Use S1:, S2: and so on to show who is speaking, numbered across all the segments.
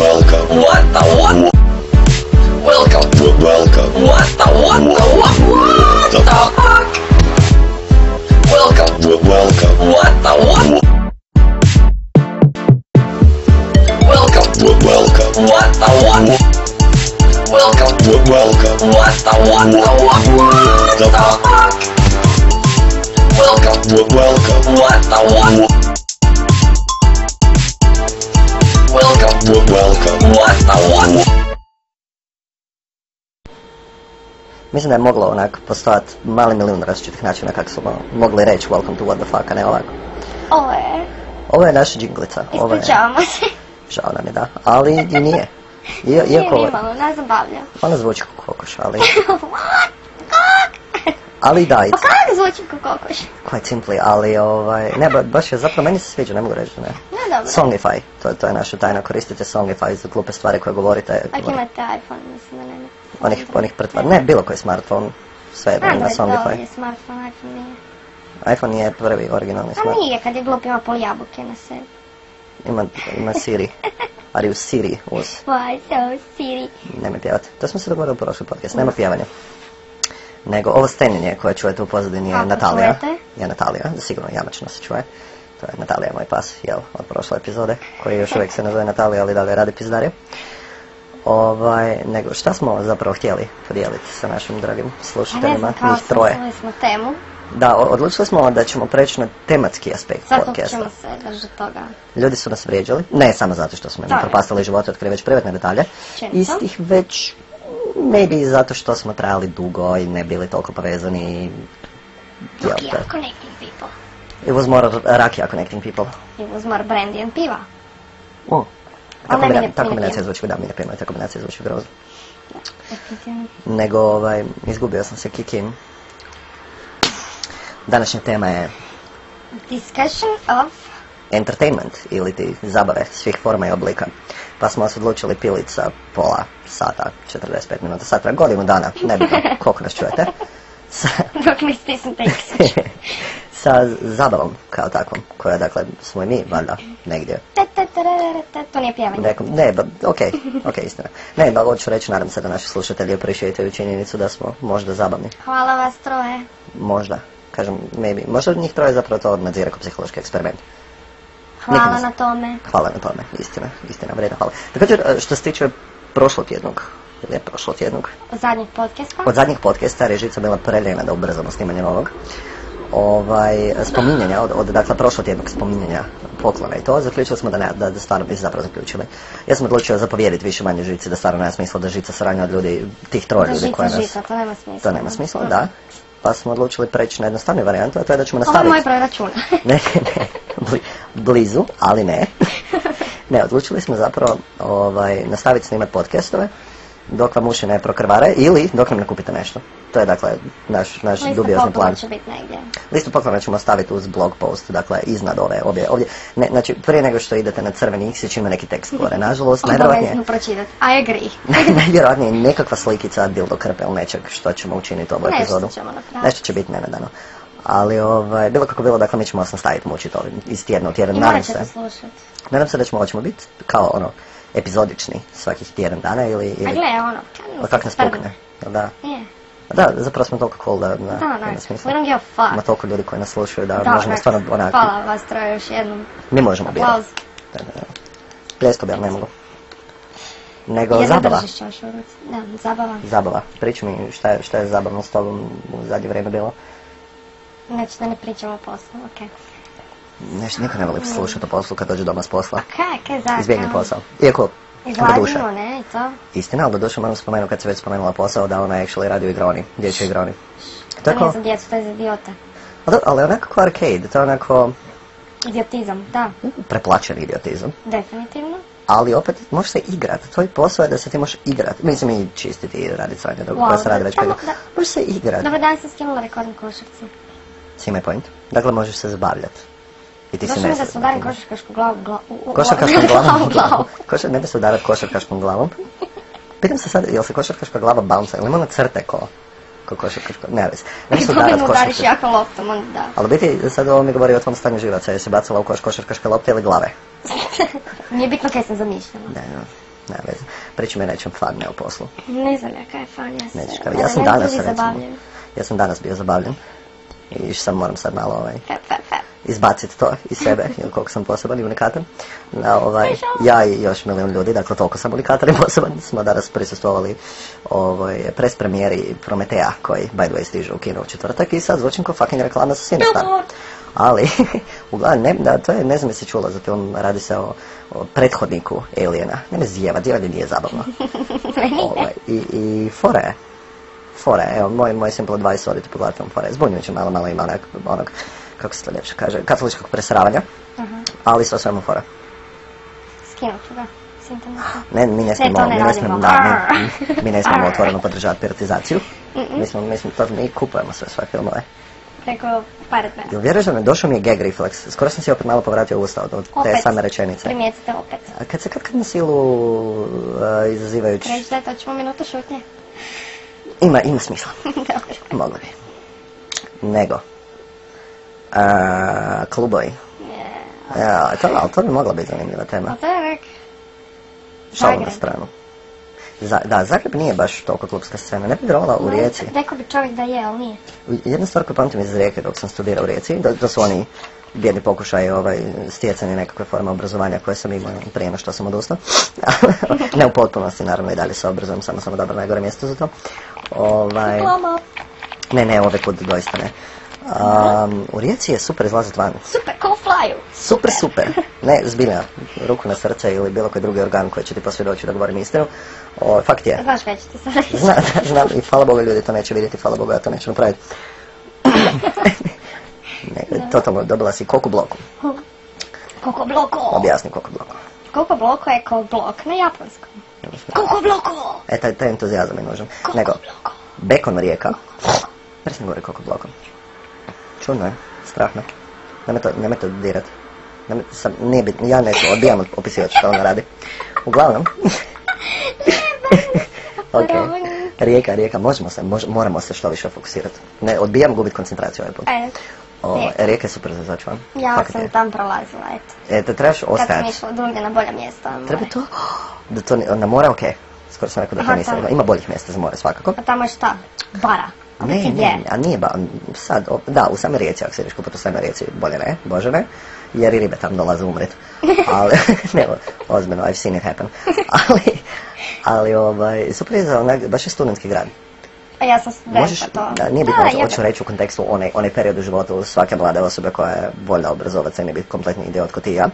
S1: What the what? Welcome.
S2: W- welcome.
S1: What the what the what? What the fuck? Welcome.
S2: W- welcome.
S1: What the what? Welcome.
S2: W- welcome.
S1: What the what? Welcome.
S2: W- welcome.
S1: What the what the what? What the fuck? Welcome.
S2: W- welcome.
S1: What the what? Welcome.
S2: W- welcome.
S1: What the what?
S3: Mislim da je moglo onako postojati mali milijun različitih načina kako su mo- mogli reći welcome to what the fuck, a ne ovako.
S4: Ovo je,
S3: Ovo je naša džinglica. Ovo je,
S4: ispričavamo se.
S3: žao nam je da, ali i nije. I,
S4: Nije
S3: iako, ovaj, ovo-
S4: nimalo, nas zabavlja.
S3: ona zvuči kao kokoš, ali... Ali da, i
S4: Pa kako zvuči ko kokoš?
S3: quite simply, ali ovaj... Ne, ba- baš je, zapravo meni se sviđa, ne mogu reći da ne.
S4: No dobro,
S3: Songify, to, je- to je naša tajna, koristite Songify za glupe stvari koje govorite.
S4: ako imate iPhone, mislim da nema.
S3: Onih, onih pretvar- ne, bilo koji smartphone, sve jedno ima
S4: Android dovolj je
S3: Songify.
S4: smartphone, iPhone nije.
S3: iPhone je prvi originalni
S4: A
S3: smartphone.
S4: nije, kad je glup ima pol jabuke na sebi.
S3: Ima, ima Siri. Ali u Siri uz.
S4: Why so silly?
S3: Nema pjevati. To smo se dogovorili u prošli podcast. Nema pjevanja. Nego ovo stenjenje koje čujete u pozadini je
S4: Kako
S3: Natalija.
S4: čujete?
S3: Je Natalija, sigurno jamačno se čuje. To je Natalija moj pas, jel, od prošle epizode, koji još uvijek se ne zove Natalija, ali dalje radi pizdarje. Ovaj, nego šta smo zapravo htjeli podijeliti sa našim dragim
S4: A ne
S3: slušateljima,
S4: znam kao
S3: njih troje.
S4: smo, smo temu.
S3: Da, o- odlučili smo da ćemo preći na tematski aspekt
S4: Svakog
S3: podcasta.
S4: ćemo se držati toga.
S3: Ljudi su nas vrijeđali, ne samo zato što smo im
S4: Da.
S3: propastili živote, otkrili već privatne detalje,
S4: Često.
S3: istih već maybe i zato što smo trajali dugo i ne bili toliko povezani i... jel
S4: Dok
S3: te,
S4: ja connecting people.
S3: It was more rakija connecting people.
S4: It was more brandy and piva.
S3: O, Ta,
S4: Ali mi ne-
S3: kombina-
S4: mi ne
S3: ta kombinacija
S4: pijemo.
S3: zvuči, da, mi ne pijemo, ta kombinacija zvuči grozno.
S4: Definitivno.
S3: Nego, ovaj, izgubio sam se kikin. Današnja tema je
S4: Discussion of...
S3: entertainment ili ti zabave svih forma i oblika. Pa smo se odlučili pilit sa pola sata, 45 minuta, satra, godinu dana, ne bitno koliko nas čujete, sa,
S4: Dok mi stisnete X.
S3: sa zabavom kao takvom, koja dakle smo i mi, valjda, negdje.
S4: Ta, ta, tarara, ta. To nije pjevanje.
S3: Nekom, ne, ba, ok, ok, istina. Ne, ba, hoću reći, nadam se da naši slušatelji appreciate činjenicu da smo možda zabavni.
S4: Hvala vas troje.
S3: Možda, kažem, maybe. Možda njih troje zapravo to nadzire kao psihološki eksperiment.
S4: Hvala
S3: Nikom.
S4: na tome.
S3: Hvala na tome, istina, istina, vredno hvala. Također, e, što se tiče prošlog jednog, ili ne prošlog jednog,
S4: Zadnjeg podcasta.
S3: od zadnjih podcasta režica bila preljena da ubrzamo snimanje novog, ovaj, spominjanja, od, od dakle, prošlog jednog spominjanja poklona i to, zaključili smo da, ne, da, da stvarno bi zapravo zaključili. Ja sam odlučio zapovjediti više manje žici, da stvarno nema smisla da žica saranja od ljudi, tih troje
S4: Da
S3: ljudi
S4: žica,
S3: koje nas...
S4: žica, to nema smisla.
S3: To nema smisla, da. Pa smo odlučili preći na jednostavniju varijantu, a to je da ćemo
S4: Ovo je
S3: nastaviti...
S4: moj broj računa.
S3: Ne, ne, bli- blizu, ali ne. Ne, odlučili smo zapravo ovaj, nastaviti snimati podcastove dok vam uši ne prokrvare ili dok nam ne kupite nešto. To je dakle naš, naš
S4: Lista
S3: dubiozni
S4: poklona
S3: plan.
S4: će biti negdje.
S3: Listu poklona ćemo staviti uz blog post, dakle iznad ove obje. Ovdje, ne, znači prije nego što idete na crveni iksić ima neki tekst gore. Nažalost, najvjerojatnije,
S4: Obavezno pročitati. I agree.
S3: najvjerojatnije nekakva slikica dildo krpe ili nečeg što ćemo učiniti ovu
S4: Nešto
S3: epizodu.
S4: ćemo napraviti.
S3: Nešto će biti nenadano. Ali ovaj, bilo kako bilo, dakle mi ćemo vas nastaviti mučiti ovim iz tjedna u tjedan.
S4: I
S3: Nadam
S4: morat
S3: se,
S4: ćete slušati.
S3: nadam se da ćemo, hoćemo biti kao ono epizodični svakih tjedan dana ili...
S4: A
S3: ili
S4: gle, ono,
S3: ali kak nas pukne. jel Da,
S4: Je.
S3: da, zapravo smo toliko cool da, da,
S4: Da,
S3: ima
S4: onak,
S3: smisla.
S4: we don't give a fuck.
S3: Ima toliko ljudi koji nas slušaju da,
S4: Da,
S3: možemo
S4: onak,
S3: stvarno onako...
S4: Hvala vas troje još jednom.
S3: Mi možemo biti.
S4: Aplauz.
S3: Da, da, da. Pljesko bi, ali ne mogu. Nego
S4: Jedno
S3: zabava.
S4: držiš još u ruci. Da, zabava.
S3: Zabava. Priči mi šta je, šta je zabavno s tobom u zadnje vrijeme bilo.
S4: Znači da ne pričamo o poslu, okej.
S3: Nešto niko ne voli slušati o poslu kad dođe doma s posla.
S4: A kaj, kaj za...
S3: Izbjegni
S4: kao,
S3: posao. Iako, do duše.
S4: Izlazimo, ne, i to.
S3: Istina, ali do duše moram spomenuti kad se već spomenula posao da ona actually radi u igroni, dječjoj igroni.
S4: To
S3: Tako,
S4: nije za djecu, to je za idiota.
S3: ali, ali onako kao arcade, to je onako mm,
S4: Idiotizam, da,
S3: preplaćen idiotizam.
S4: definitivno.
S3: Ali opet, možeš se igrat, tvoj posao je da se ti možeš igrat. Mislim i čistiti i radit sranje drugo
S4: Wow,
S3: koje se radi
S4: da-
S3: već
S4: da-
S3: pet
S4: da-
S3: Možeš se igrat,
S4: Dobar dan, sam skinula rekordnu košarcu.
S3: sime point. Dakle, možeš se zabavljat. I ti si
S4: Došlo mi da
S3: nesretan.
S4: se udarim košarkašku glavu, glavu, u- u-
S3: Košarkaškom glavom.
S4: glavu, glavu.
S3: Košar, ne bi se udarat košarkaškom glavom. Pitam se sad, jel se košarkaška glava bounce, ili ima ona crte ko, ko košarkaška, ne vez. Ne bi se udarat
S4: Dobijem udariš
S3: košarkaška.
S4: jako loptom, onda da.
S3: Ali u biti, sad ovo mi govori o tvom stanju živaca, jesi bacila u koš košarkaške lopte ili glave?
S4: Nije bitno kaj sam zamišljala.
S3: Ne, Ne veze. Pričam je nečem farne o poslu.
S4: Ne znam ja kaj je fan, ja se...
S3: Nećeš kao- ja sam
S4: ne
S3: danas
S4: budi
S3: recimo,
S4: zabavljen.
S3: ja sam danas bio zabavljen i sam moram sad malo ovaj,
S4: Fe, fe, fe.
S3: izbaciti to iz sebe, jer koliko sam poseban i unikatan. Na, ovaj, ja i još milijun ljudi, dakle toliko sam unikatan i poseban, smo danas prisustvovali ovaj, ovoj prespremijeri Prometeja, koji by the way stiže u kino u četvrtak i sad zvučim kao fucking reklama sa Sinestar.
S4: Dobro.
S3: Ali, uglavnom, ne, da, to je, ne znam jesi čula za film, radi se o, o prethodniku Aliena. Ne me zjeva, djelanje nije zabavno. ovaj, i, I fora je, fora je, evo, moj, moj simple advice, odite pogledati film fora je. Zbunjujuće malo, malo ima onak, onog, kako se to ljepše kaže, katoličkog presravanja,
S4: Aha,
S3: ali sve u svemu fora.
S4: skinut ću ga s interneta.
S3: Ne, mi ne smijemo,
S4: E, to ne
S3: mi ne
S4: radimo.
S3: smijemo, da, mi,
S4: Arr.
S3: mi ne smijemo
S4: Arr.
S3: otvoreno podržavati piratizaciju. Mi smo, mi smo, to mi kupujemo sve svoje filmove.
S4: Preko Pirate Bay.
S3: Jel vjeruješ da mi došao mi je gag refleks? Skoro sam si opet malo povratio usta od, od te
S4: Opet.
S3: same rečenice.
S4: Primijetite opet.
S3: A kad se kad kad na silu e, izazivajući...
S4: Reći da je to ćemo minutu šutnje.
S3: Ima, ima smisla.
S4: Dobro.
S3: Mogli bi. Nego. A, klubovi.
S4: Ne.
S3: Ja, to, ali to bi mogla biti zanimljiva tema.
S4: A to je uvijek
S3: Šalu na
S4: Zagreb.
S3: stranu. Za, da, Zagreb nije baš toliko klubska scena. Ne bi vjerovala u Rijeci.
S4: Rekao bi čovjek da je, ali nije.
S3: Jedna stvar koju pamtim iz Rijeke dok sam studirao u Rijeci, da, da su oni bijedni pokušaj ovaj, stjecanja nekakve forme obrazovanja koje sam imao prije no što sam odustao. ne u potpunosti, naravno, i dalje se obrazujem, samo sam odabrao najgore mjesto za to. Ovaj,
S4: Mama,
S3: ne, ne, ove kod doista ne. Um, u Rijeci je super izlazit van.
S4: super, ko u flyu.
S3: Super, super. Ne, zbilja, ruku na srce ili bilo koji drugi organ koji će ti posvjedočiti da govorim istinu. O, fakt je.
S4: Znaš kaj ću ti sad reći.
S3: Znam, znam, i hvala Boga ljudi to neće vidjeti, hvala Boga ja to neću napraviti. ne, totalno, dobila si koliko bloku,
S4: Koko bloko.
S3: objasni koliko bloku.
S4: Koko bloko je kao blok na japanskom. Koko bloko.
S3: E, taj, taj entuzijazam je nužan.
S4: Koko
S3: Nego,
S4: bloko.
S3: Bekon rijeka, prvi sam govorio koliko bloku. Čudno je, strah me. Nemoj to, nemoj to dirat. Nemoj, sam, nije bitno, ja neću, odbijam opisivati što ona radi. Uglavnom, ok,
S4: ovaj,
S3: rijeka, rijeka, možemo se, mož- moramo se što više fokusirati. Ne, odbijam gubit koncentraciju ovaj put.
S4: E,
S3: O,
S4: Rijeka.
S3: rijeka je super za izaći van.
S4: ja
S3: znači, ono. Fakat
S4: sam pa-
S3: je.
S4: tam prolazila, eto.
S3: E, da trebaš
S4: Kad sam
S3: ostajati.
S4: išla drugdje na ono. bolja mjesta. na
S3: Treba
S4: more.
S3: to? Da to ne- na more, okej. Skoro sam rekao da to
S4: Aha,
S3: nisam.
S4: tamo.
S3: Ima boljih mjesta za more svakako.
S4: A Pa tamo je šta? Bara. A
S3: Ne,
S4: ti
S3: ne,
S4: je.
S3: a nije ba, sad, o- da, u same rijeci, ako se ideš kupiti u same rijeci, bolje ne, bože ne, jer i ribe tam dolaze umret. Ali, ne, o- ozbiljno, I've seen it happen. Ali, ali ovaj, super je za onak, baš je studentski grad.
S4: A ja sam
S3: Možeš,
S4: studenta to.
S3: da, nije bitno, hoću-
S4: jebe.
S3: hoću reći u kontekstu onaj, onaj period u životu svake mlade osobe koja je voljna obrazovat se i ne biti kompletni idiot ko ti i ja.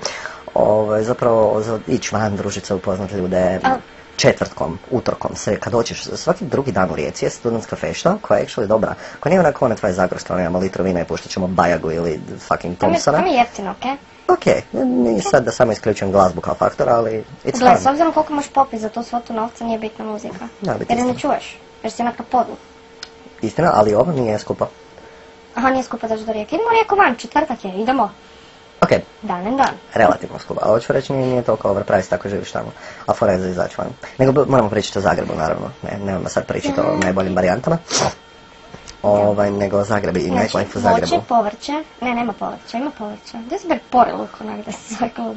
S3: Ovaj, zapravo za, ići van, družiti se, upoznat ljude
S4: A-
S3: četvrtkom, utorkom, sve, kad hoćeš, svaki drugi dan u Rijeci je studentska fešta koja je actually dobra, koja nije onako ona tvoja zagorska, ona ono, imamo litru vina i puštat ćemo Bajagu ili fucking
S4: Tam je,
S3: Thompsona.
S4: tam je jeftino, okej?
S3: Ok, nije sad da samo isključujem glazbu kao faktor, ali it's
S4: Gle, s
S3: fun.
S4: obzirom koliko možeš popit za tu svotu novca, nije bitna muzika.
S3: Da, biti
S4: Jer je ne
S3: isto.
S4: čuješ, jer si na kapodlu.
S3: Istina, ali ovo nije skupa.
S4: Aha, nije skupo doći do rijeke. Idemo u rijeku van, četvrtak je, idemo.
S3: Ok,
S4: Danem dan.
S3: relativno skupa, ali hoću reći nije, nije toliko overpriced ako živiš tamo, a fora je za izaći van. Nego b- moramo pričati o Zagrebu, naravno, ne, nemojmo sad pričati o najboljim varijantama. Ovaj, nego o Zagrebu i
S4: Znači,
S3: nightlife u Zagrebu.
S4: voće, povrće. Ne, nema povrća, ima povrća. Gdje se ber pore luk onak da se zove klub?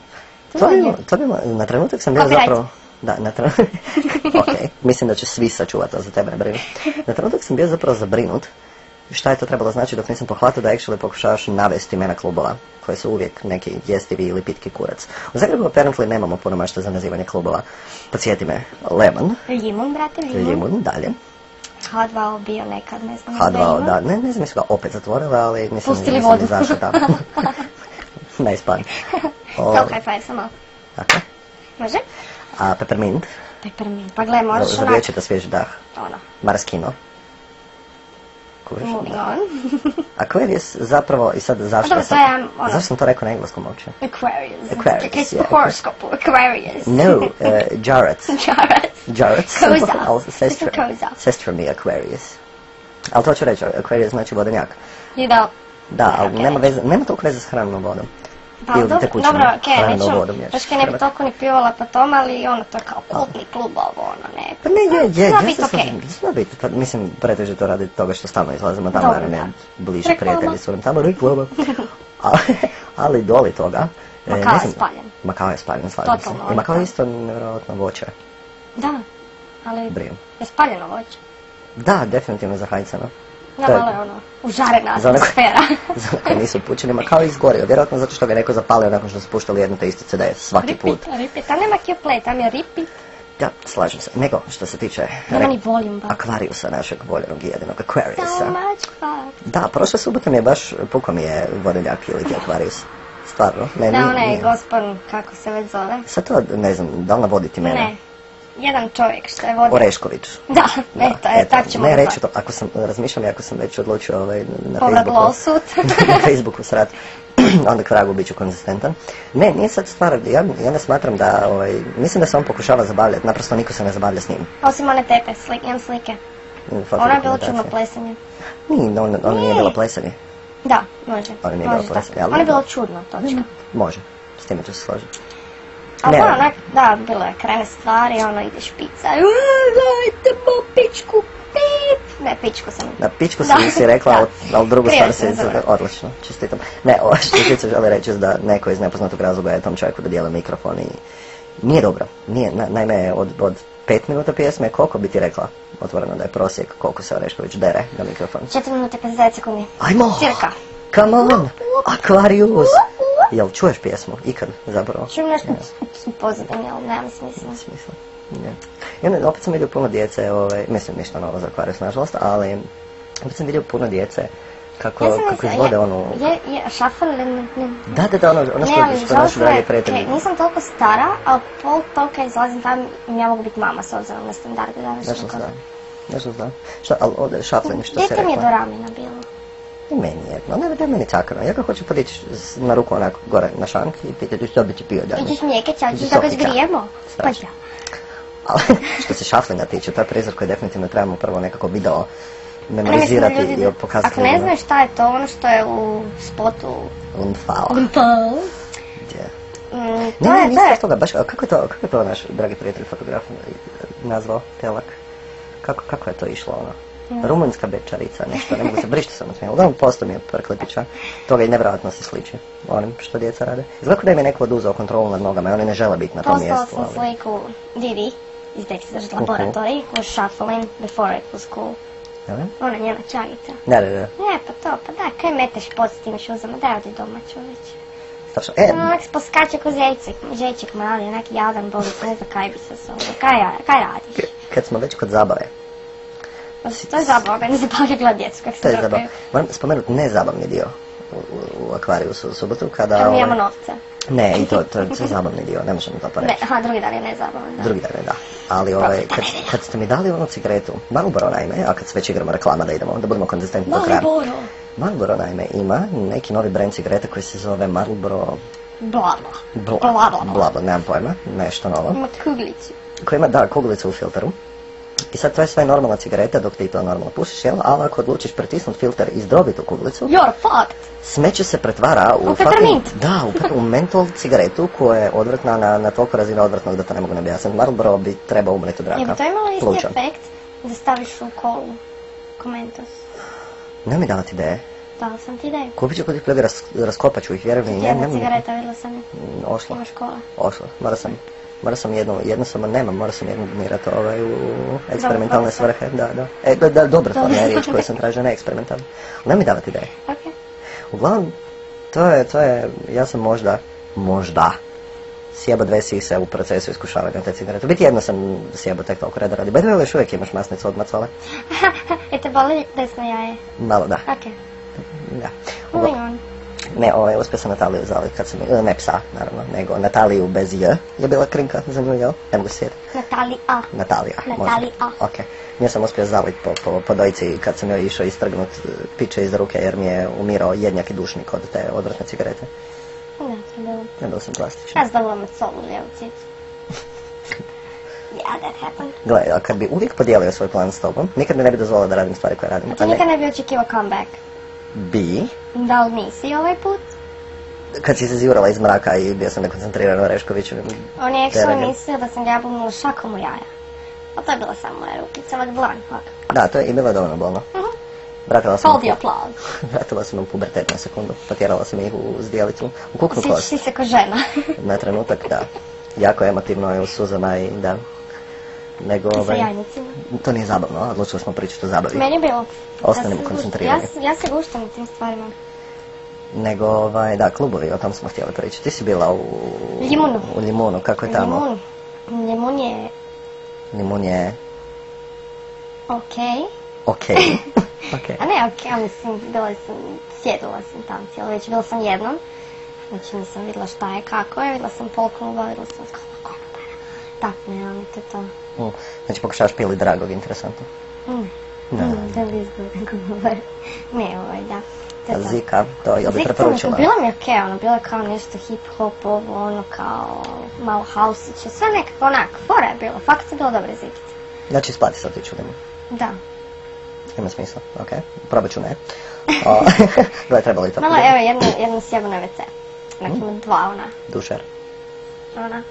S3: To bi,
S4: je
S3: to bi, na trenutak sam bio
S4: Copyright.
S3: zapravo... Da, na trenutak... ok, mislim da će svi sačuvati, to za tebe ne brinu. Na trenutak sam bio zapravo zabrinut šta je to trebalo znači dok nisam pohvatio da actually pokušavaš navesti imena klubova koji su uvijek neki jestivi ili pitki kurac. U Zagrebu apparently nemamo puno mašta za nazivanje klubova. Podsjeti me, Lemon,
S4: Limun, brate, limun.
S3: Limun, dalje,
S4: Mhm, H2O bio nekad, ne znam.
S3: H2O,
S4: ima.
S3: da, ne, ne znam jesu ga opet zatvorila, ali nisam,
S4: Pustili
S3: nisam
S4: vodu.
S3: ni zašao tamo. nice pun. O,
S4: Kao high five samo.
S3: dakle,
S4: Može?
S3: a Peppermint,
S4: Peppermint. Pa gle,
S3: za
S4: možeš
S3: za
S4: onak,
S3: vječito svjež dah.
S4: ono,
S3: Maraskino. Kužiš?
S4: moving
S3: Da.
S4: on.
S3: Aquarius zapravo, i sad zašto
S4: dobro, to
S3: sam,
S4: je, ono-
S3: zašto sam to rekao na engleskom uopće?
S4: Aquarius.
S3: Aquarius,
S4: Čekaj,
S3: je, Aquarius.
S4: horoskop, Aquarius.
S3: No, uh, Jarrett.
S4: Jared.
S3: Jarrett.
S4: Koza.
S3: ali sestra,
S4: Mislim koza.
S3: sestra mi je Aquarius. Ali to ću reći, Aquarius znači vodenjak.
S4: You know.
S3: Da, ali
S4: Okej.
S3: nema, veze, nema toliko veze s hranom vodom.
S4: Pa
S3: Ili
S4: dobro,
S3: tekućim
S4: dobro, okej,
S3: hranom vodom,
S4: neću,
S3: jer
S4: baš kaj ne bi
S3: Hrvat-
S4: toliko ni pivala po tom, ali ono, to je kao kultni klub ovo, ono, ne.
S3: Pa ne, je, je,
S4: Zna
S3: ja
S4: bit
S3: se
S4: okej.
S3: slažem, zna bit, pa mislim, preteže to radi toga što stalno izlazimo tamo,
S4: Dobro,
S3: jer ne,
S4: da.
S3: bliži
S4: Reklama.
S3: prijatelji su nam tamo, reklama. ali, ali doli toga, e,
S4: Makao
S3: ne
S4: je
S3: znam-
S4: spaljen.
S3: Makao je spaljen, slažem se.
S4: Totalno,
S3: I
S4: ono.
S3: Makao je isto nevjerojatno voće.
S4: Da, ali
S3: Brinu.
S4: je spaljeno voće.
S3: Da, definitivno za hajcano.
S4: Da,
S3: To je-
S4: malo je ono, užarena
S3: Za one-
S4: atmosfera.
S3: Za one koji nisu upućeni, ma kao i izgorio. Vjerojatno zato što ga je neko zapalio nakon što su puštali jednu te istu CD svaki put.
S4: Repeat, repeat, a nema Q-play, tam je repeat,
S3: Da, slažem se. Nego, što se tiče
S4: nema
S3: re-
S4: ni volume bar.
S3: akvarijusa našeg voljenog i jedinog
S4: So
S3: Aquariusa.
S4: much fun.
S3: Da, prošle subote mi je baš, pukao mi je vodeljak ili ti Aquarius. Stvarno, ne,
S4: Da,
S3: E, nije-
S4: onaj
S3: nije.
S4: gospon, kako se već zove.
S3: Sad to, ne znam, da li navoditi mene?
S4: Ne, jedan čovjek što je vodio.
S3: Orešković.
S4: Da,
S3: Da,
S4: eto, e, tak ćemo
S3: Ne,
S4: ga
S3: reći
S4: zvati.
S3: to, ako sam, razmišljam, i ako sam već odlučio ovaj, na
S4: Povrat
S3: Facebooku.
S4: losut.
S3: na Facebooku srat, onda k vragu bit ću konzistentan. Ne, nije sad stvar, ja, ja ne smatram da, ovaj, mislim da se on pokušava zabavljati, naprosto niko se ne zabavlja s njim.
S4: Osim one tepe, slik, imam slike.
S3: Fotodokumentacija.
S4: Ona je bila čudno plesanje.
S3: Nije, on, on nije
S4: Nije.
S3: bilo plesanje.
S4: Da, može.
S3: Ali nije
S4: može
S3: bilo
S4: tako.
S3: plesanje, ali-
S4: Ono je bilo čudno, točno.
S3: Može, s time ću se složiti.
S4: Ali
S3: Ne.
S4: da, onak, da, bilo je krene stvari, ono ide špica, "Uuu, dajte mu pičku, pip! Ne, pičku sam.
S3: Na pičku
S4: Da.
S3: sam nisi rekla,
S4: Da.
S3: ali, ali drugu
S4: Krivo
S3: stvar
S4: sam
S3: se
S4: izabrala.
S3: odlično, čestitam. Ne, ovo što ti se želi reći da neko iz nepoznatog razloga je tom čovjeku dodijelio mikrofon i nije dobro. Nije, na, naime, od, od pet minuta pjesme, koliko bi ti rekla otvoreno da je prosjek, koliko se Orešković dere na mikrofon?
S4: 4 minute 59 sekundi.
S3: Ajmo!
S4: Cirka.
S3: Come on! Aquarius! Jel čuješ pjesmu? Ikad, zapravo.
S4: Čujem nešto u pozadini, ali nemam smisla.
S3: Nema smisla. Ne. I onda opet sam vidio puno djece, ovaj, mislim ništa novo za Aquarius nažalost, ali opet sam vidio puno djece kako,
S4: Ja sam
S3: kako
S4: mislila,
S3: izvode
S4: je-
S3: onu...
S4: Je, je, šafel, ne, ne, ne.
S3: Da, da, da, ono, ono
S4: Ne, ali
S3: što, što naši
S4: žalostno
S3: dragi
S4: je,
S3: prijatelji.
S4: ok, nisam toliko stara, ali pol toka izlazim tam i ne mogu biti mama s obzirom na standarde današnjeg.
S3: Nažalost da. Nažalost da. Šta, ali ovdje šaflanje što se
S4: Dete mi je do
S3: rekla.
S4: ramena bilo.
S3: I meni jedno, ne da meni cakano. Ja ga hoću podići s- na ruku onako gore na šank i pitati što bi ti pio dalje.
S4: Iđeš mlijekac,
S3: Iđeš
S4: hoćeš da ga
S3: opet, da.
S4: zgrijemo? Pa
S3: Strašno.
S4: da.
S3: Ali što se šaflinga tiče, to je prizor koji definitivno trebamo prvo nekako video
S4: Ne mislim da
S3: memorizirati
S4: ljudi,
S3: i pokazati.
S4: ako ne
S3: ljudima.
S4: znaš šta je to, ono što je u spotu...
S3: Lundfao.
S4: Gumpao.
S3: Gdje?
S4: Mm,
S3: Ne,
S4: to
S3: ne,
S4: je, to
S3: nisam
S4: je,
S3: od toga, baš, a kako je to, kako je to naš dragi prijatelj fotograf eh, nazvao telak? Kako, kako je to išlo ono? Rumunjska bečarica, nešto, ne mogu se brišti sam od smijela. Uglavnom posto mi je prklepića, toga i nevjerojatno se sliči onim što djeca rade. Izgleda kao da im je neko oduzeo kontrolu nad nogama i oni ne žele biti na tom
S4: poslala
S3: mjestu.
S4: sam
S3: ali-
S4: sliku Didi iz znači, Dexter's
S3: Mhm.
S4: Laboratory, was shuffling before it was cool.
S3: Jel ne?
S4: Ona njena čanica.
S3: Ne, ne, ne,
S4: Ne, pa to, pa da, kaj meteš pod s tim šuzama, daj odi doma čovječ.
S3: strašno. E,
S4: Ono onak sposkače ko željček, željček mali, onak jadan božic, ne znam kaj bi se s ovom, kaj, ja- kaj radiš?
S3: kad smo već kod zabave,
S4: Pa To je zabava, meni se bavlja gleda djecu, kak
S3: to
S4: se
S3: je zabav,
S4: drogaju.
S3: moram spomenuti nezabavni dio u, u, u akvarijusu u subotu, kada...
S4: Kad mi imamo
S3: ovaj,
S4: novca.
S3: Ne, i to, to je to je zabavni dio, ne možemo to pa reći.
S4: Ne, aha, drugi dan je nezabavan, da.
S3: Drugi dan, je, da. Ali
S4: Pa,
S3: ovaj, kad, kad ste mi dali onu cigaretu, Marlboro naime, a kad se već igramo reklama da idemo, da budemo konzistentni do kraja.
S4: Marlboro.
S3: Marlboro naime ima neki novi brand cigarete koji se zove Marlboro
S4: Bla, bla.
S3: Bla,
S4: Bla, bla, bla.
S3: Blabo, nemam pojma, nešto novo.
S4: Ima kuglicu.
S3: Koji ima, da, kuglicu u filteru. I sad to je sve normalna cigareta dok ti to normalno pušiš, jel? Ali ako odlučiš pritisnuti filter i zdrobiti tu kuglicu,
S4: You're fucked.
S3: smeće se pretvara u...
S4: U peppermint.
S3: fucking- Da, u, pe- u mentol cigaretu koja je odvratna na, na toliko razina odvratnog da to ne mogu ne objasniti. Marlboro bi trebao umreti od raka.
S4: Je bi to imalo isti
S3: pluća.
S4: efekt da staviš u kolu komentos?
S3: Ne mi davati ideje.
S4: Dala sam ti ideju.
S3: Kupit ću kod ih plebe, ras, raskopat ću ih, vjerujem mi. Ne, ne,
S4: Jedna
S3: ne,
S4: cigareta, vidjela sam je.
S3: ošla,
S4: Ima škola.
S3: ošla. Mora sam, mora sam jednu, jednu sam, nemam, mora sam jednu donirati ovaj, u eksperimentalne
S4: stvar.
S3: svrhe. Da, da. E, da, da, dobra stvar,
S4: Dobra
S3: ne riječ
S4: stvar.
S3: koju sam tražio, ne eksperimentalna. Ne mi davati ideje.
S4: Ok.
S3: Uglavnom, to je, to je, ja sam možda, možda, sjeba dve sise u procesu iskušavanja te cigarete. U Biti jedno sam sjebao tek toliko reda radi. By the way, još uvijek imaš masnicu od macole.
S4: E te boli desno jaje.
S3: Malo da,
S4: Ok.
S3: da. Ugla-
S4: Uvijem.
S3: Ne, ovaj, uspio sam Nataliju zvali kad sam, e, ne psa, naravno, nego Nataliju bez J je bila krinka za nju, jel? Ne mogu se sjetiti.
S4: Natali A.
S3: Natalija. možda.
S4: Natalija.
S3: Ok. Nju sam uspio zalit po, po, po dojci kad sam joj išao istrgnut e, piće iz ruke jer mi je umirao jednjaki dušnik od te odvratne cigarete.
S4: Ne, to je bilo.
S3: Ja bilo sam plastičan.
S4: Ja zdobila me solu lijevu cicu. Yeah, that happened.
S3: Gle, a kad bi uvijek podijelio svoj plan s tobom, nikad mi ne bi dozvolio da radim stvari koje radim.
S4: A ti Znači, nikad ne bi očekivao comeback.
S3: Bi,
S4: Da li nisi ovaj put?
S3: kad si se zjurala iz mraka i bio sam nekoncentriran u Reškovićevim
S4: On je
S3: teranjem.
S4: actually mislio da sam ga bumila šakom u jaja. A to je bila samo moja rukica, onak blan, ovak.
S3: Da, to je i bilo dovoljno bolno.
S4: Mhm.
S3: Vratila sam
S4: Call the applause.
S3: Vratila sam u pubertet na sekundu, potjerala sam ih u zdjelicu, u kuknu
S4: Sjećaš
S3: kost.
S4: ti se ko žena.
S3: Na trenutak, da. Jako emotivno je u suzama i da. nego...
S4: I sa
S3: ovaj,
S4: jajnicima.
S3: to nije zabavno, a? odlučili smo pričati o zabavi.
S4: Meni je bilo.
S3: Ostanimo
S4: Ja se-
S3: koncentrirani.
S4: Ja, se- ja se guštam u tim stvarima.
S3: Nego, ovaj, da, klubovi, o tom smo htjeli pričati. Ti si bila u...
S4: Limunu.
S3: U Limunu, kako je tamo?
S4: Limun. Limun je
S3: Limun je...
S4: okej.
S3: Okej. Okej.
S4: A ne okej, ja mislim, bila sam, sjedila sam tam cijelo već, bila sam jednom. Znači nisam vidjela šta je, kako je, vidjela sam pol kluba, vidjela sam skoro konobara. Tako ne, ali to je to.
S3: Mm. Znači, pokušavaš pili dragog, interesantno.
S4: Mm.
S3: Da.
S4: Mm, da li izgleda konobar. Ne, ovaj, da. To je to.
S3: Zika, to je bi
S4: Zikca mi-
S3: preporučila.
S4: Bila mi je okej, ono, bilo je kao nešto hip-hop, ovo, ono, kao malo hausiće, sve nekako onak, fora je bilo, fakt su bilo dobre zikice.
S3: Znači, isplati se otići u Limun.
S4: Da.
S3: Ima smisla, ok. Probat ću ne. O, Gle, trebalo i to.
S4: Malo, evo, jedno, jedno sjebano WC.
S3: Mhm.
S4: Znači, ima dva, ona,
S3: Dušer.
S4: ona,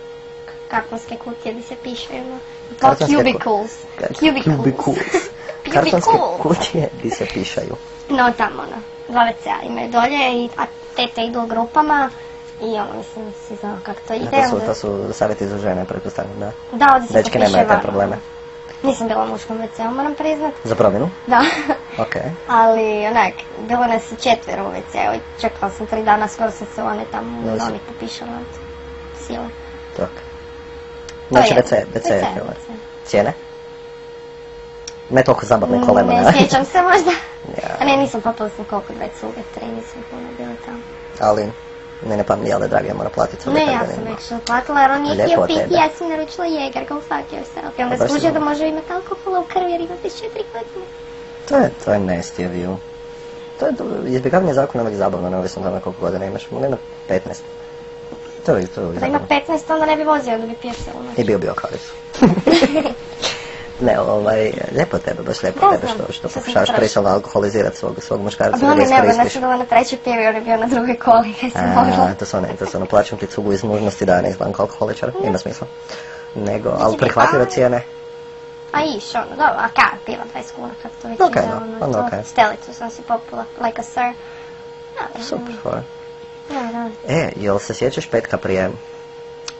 S4: kartonske kutije gdje se piše, ono, kao
S3: Kartonske ku-
S4: cubicles.
S3: Ka-
S4: Cubicles.
S3: Cubicles. Kartonske
S4: Cubicles.
S3: kutije di se pišaju.
S4: No, tamo, ono, dva WC-a imaju dolje, i, a tete idu u grupama, i ono, mislim, si znao kako to ide.
S3: Da, To Dakle, su,
S4: onda-
S3: to su savjeti za žene, pretpostavljam, da.
S4: Da, ovdje se
S3: Dečki
S4: popiše
S3: nemaju te
S4: vano.
S3: probleme.
S4: Nisam bila u muškom WC-u, moram priznat.
S3: Za promjenu?
S4: Da.
S3: Ok.
S4: Ali, onak, bilo nas je četvero u WC-u i čekala sam tri dana, skoro sam se one tamo
S3: Da li si-
S4: novi popišala od sile.
S3: Tak. Znači,
S4: je-
S3: BC, BC je
S4: WC,
S3: filler.
S4: WC.
S3: Cijene? Ne toliko zabavne kolena.
S4: Ne sjećam se možda.
S3: Ja.
S4: A ne, nisam popila sam koliko, dve cuge, tri, nisam puno bila tamo.
S3: Ali, ne ne pamet, jel da dragi, ja moram platiti sad.
S4: Ne,
S3: kad
S4: ja
S3: ga
S4: sam
S3: nema.
S4: već platila jer on nije
S3: Lijepo
S4: htio
S3: od
S4: piti,
S3: tebe.
S4: ja sam naručila jeger, go fuck yourself. I onda
S3: A baš
S4: skužio
S3: si-
S4: da može imati alkohola u krvi jer imate četiri godine.
S3: To je, to je nasty of you. To je, do- izbjegavanje zakona je uvijek zabavno, neovisno o tome koliko godina imaš, možda jedno 15. To je, uvijek- to je uvijek
S4: Da Pa ima
S3: zabavno.
S4: 15, onda ne bi vozio, onda bi pio cijelu noć.
S3: I E, bio bio karic. ne, ovaj, lijepo od tebe, baš lijepo
S4: Da,
S3: od tebe
S4: znam.
S3: što, što
S4: Što sam
S3: pokušavaš
S4: strašna.
S3: prisilno alkoholizirati svog, svog
S4: A
S3: muškarca
S4: bilo
S3: da ga
S4: mi je neugodno, ja
S3: iskoristiš.
S4: sam bila na trećoj pivi, on je bio na drugoj koli, kaj sam mogla.
S3: A, to su one, to su ono, plaćam ti cugu iz nužnosti da ne izgledam kao alkoholičar, ima smisla. Nego, ali
S4: bi
S3: prihvatljive
S4: fajn.
S3: cijene,
S4: A iš, ono, dobro, a ka, bila 20 kuna, kako to već
S3: Ok,
S4: ide,
S3: da,
S4: ono,
S3: onda
S4: to,
S3: ok.
S4: stelicu sam si popila, like a sir. Da,
S3: super, hvala.
S4: Da, da.
S3: E, jel se sjećaš petka prije,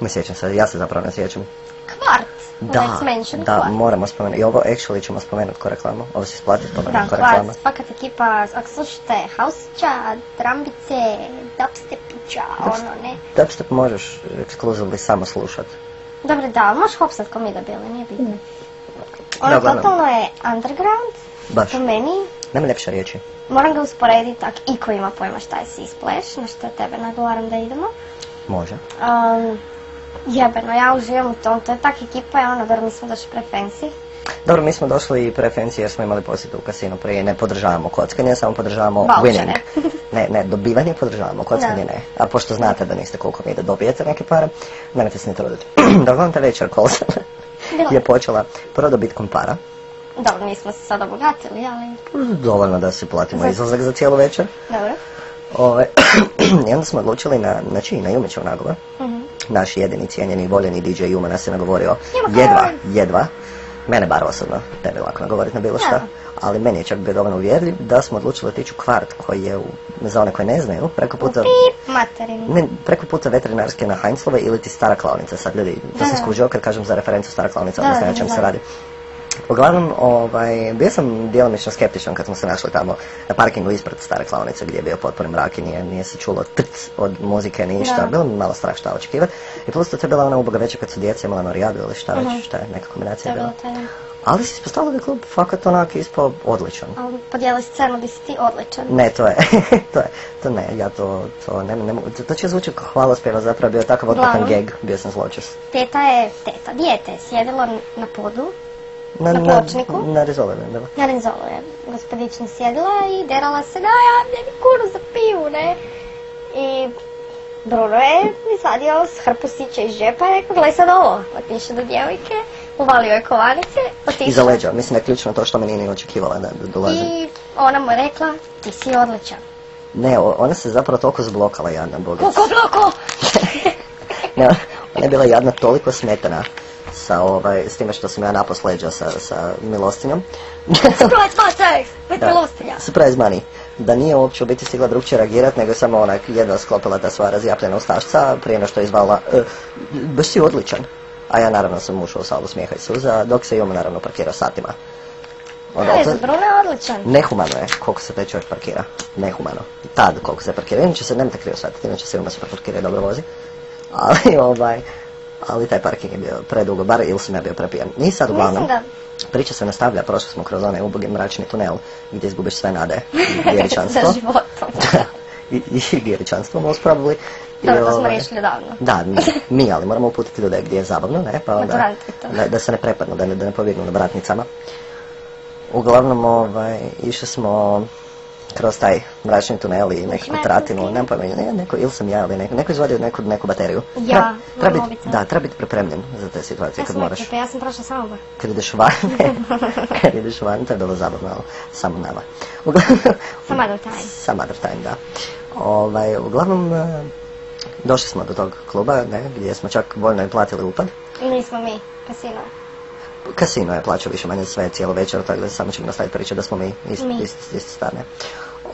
S3: ne sjećam se, ja se zapravo ne sjećam,
S4: Kvart,
S3: Da,
S4: let's mention
S3: da,
S4: kvart.
S3: moramo spomenuti. I ovo actually ćemo spomenuti ko reklamu. Ovo se isplati
S4: Da,
S3: spomenuti ko reklama.
S4: kvart, fakat ekipa, ako slušate, hausića, drambice, dubstepića, ono, ne.
S3: Dubstep možeš ekskluzivno samo slušat.
S4: Dobro, da, ali možeš hopsat ko mi da bili, nije
S3: Mm.
S4: bitno. Ono,
S3: Da, uglavnom.
S4: totalno je underground,
S3: Baš.
S4: po meni,
S3: Nema ljepše riječi.
S4: moram ga usporediti, ak iko ima pojma šta je Sea Splash, na što tebe nagovaram da idemo.
S3: Može.
S4: Um, jebeno, ja uživam u tom, to je tak ekipa, je ono, dobro, mi smo došli pre fancy.
S3: Dobro, mi smo došli i preferencije jer smo imali posjetu u kasinu prije. Ne podržavamo kockanje, samo podržavamo
S4: Vaučere.
S3: winning. Ne, ne, dobivanje podržavamo, kockanje
S4: Da.
S3: ne. A pošto znate da niste koliko mi da dobijete neke pare, nemojte se ni truditi. Dobro, ta večer kolsa
S4: Bilo je.
S3: je počela prvo dobitkom para.
S4: Dobro, mi smo se sad obogatili, ali,
S3: Dovoljno da si platimo
S4: Za-
S3: izlazak za cijelu večer.
S4: dobro.
S3: Ove, I onda smo odlučili na, na čiji, na Jumićev nagovor.
S4: Mhm.
S3: Naš jedini cijenjeni i voljeni DJ Juma nas je nagovorio.
S4: Juma,
S3: Jedva,
S4: hvala.
S3: jedva. Mene bar osobno, tebi je lako nagovoriti na bilo šta.
S4: Da.
S3: Ali meni je čak bio dovoljno uvjerljiv da smo odlučili otići u kvart koji je, u, za one koji ne znaju, preko puta...
S4: Pip, materin.
S3: Ne, preko puta veterinarske na Heinzlove ili ti stara klavnica. Sad ljudi, to
S4: Da,
S3: sam
S4: da.
S3: skužio kad kažem za referencu stara klavnica,
S4: Da,
S3: odnosno
S4: da,
S3: na čem
S4: da.
S3: se radi. Uglavnom, ovaj, bio sam djelomično skeptičan kad smo se našli tamo na parkingu ispred stare klavnice gdje je bio potpuni mrak i nije, nije se čulo trc od muzike ni ništa.
S4: Da.
S3: Bilo mi malo strah šta očekivati. I plus to je bila ona uboga večer kad su djeca imala norijadu ili šta
S4: Mhm.
S3: već, šta je, neka
S4: To
S3: kombinacija
S4: je bilo
S3: bila.
S4: taj dan.
S3: Ali se ispostavilo da je klub fakat onak ispao odličan.
S4: Ali podijeli scenu di si ti odličan.
S3: Ne, to je, to je, to ne, ja to, to ne, ne mogu, to će zvučiti kao hvalospjeva, zapravo bio je takav otpetan
S4: Uglavnom.
S3: geg, bio sam zločest.
S4: Teta je, teta, dijete je sjedilo na podu, Na pločniku?
S3: Na rezolveru, da.
S4: na renzolu je gospodična sjedila i derala se, da ja ne bi kuru za pivu, ne. I Bruno je izvadio s hrpu sića iz džepa i rekao, gledaj sad ovo, otišao do djevojke, uvalio je kovanice, otišao.
S3: Iza leđa, mislim da je ključno to što me nije ni očekivala da, da dolazi.
S4: I ona mu je rekla, ti si odličan.
S3: Ne, o- ona se zapravo toliko zblokala jadna bogica.
S4: Kuko bloko!
S3: Ne, ona je bila jadna toliko smetana sa ovaj, s time što sam ja napos leđa sa, sa milostinjom.
S4: Surprise matek! Bez
S3: Da.
S4: milostinja!
S3: Surprise money. Da nije uopće u biti stigla drugčije reagirati, nego je samo onak jedva sklopila ta sva razjapljena ustašca prije no što je izvala, e, baš si odličan. A ja naravno sam ušao u salu smijeha i suza, dok se i on naravno parkirao satima. Ono, Od
S4: Ne
S3: auta-
S4: znam, E, Bruno je odličan.
S3: Nehumano je koliko se taj čovjek parkira. Nehumano. Tad koliko se parkira. Inače se nemojte krivo shvatiti, inače sigurno se parkira i dobro vozi. Ali ovaj, ali taj parking je bio predugo, bar ili sam ja bio prepijan. I sad uglavnom,
S4: Mislim da.
S3: priča se nastavlja, prošli smo kroz onaj ubogi mračni tunel gdje izgubiš sve nade i
S4: Za
S3: djevičanstvo.
S4: životom.
S3: I, i djevičanstvo most probably. I,
S4: Dobro, to smo
S3: ovaj,
S4: riješili davno.
S3: da, mi, mi, ali moramo uputiti ljude gdje je zabavno, ne, pa onda,
S4: Maturanti to.
S3: da, da se ne prepadnu, da ne, da ne pobjegnu na vratnicama. Uglavnom, ovaj, išli smo kroz taj mračni tunel i nekakvu
S4: Mračni
S3: pratinu,
S4: tunel.
S3: ne pamem, ne, neko, ili sam ja, ali neko, neko je izvadio neku, neku bateriju.
S4: Ja, E,
S3: Treba- treba
S4: moja
S3: biti-
S4: mobitel.
S3: Da, treba biti pripremljen za te situacije
S4: Ja
S3: kad
S4: sam
S3: moraš.
S4: ekipa, ja sam prošla samo
S3: Kad ideš van, ne, kad ideš van, to je bilo zabavno, ali samo nama. Uglavnom,
S4: Some other time.
S3: Some other time, da. Ovaj, uglavnom, eh, došli smo do tog kluba, ne, gdje smo čak voljno i platili upad.
S4: Nismo mi, pa kasino.
S3: Kasino je plaćao više manje sve cijelo večer, tako da samo ćemo nastaviti priču da smo mi isto
S4: Mi.
S3: ist, ist stane.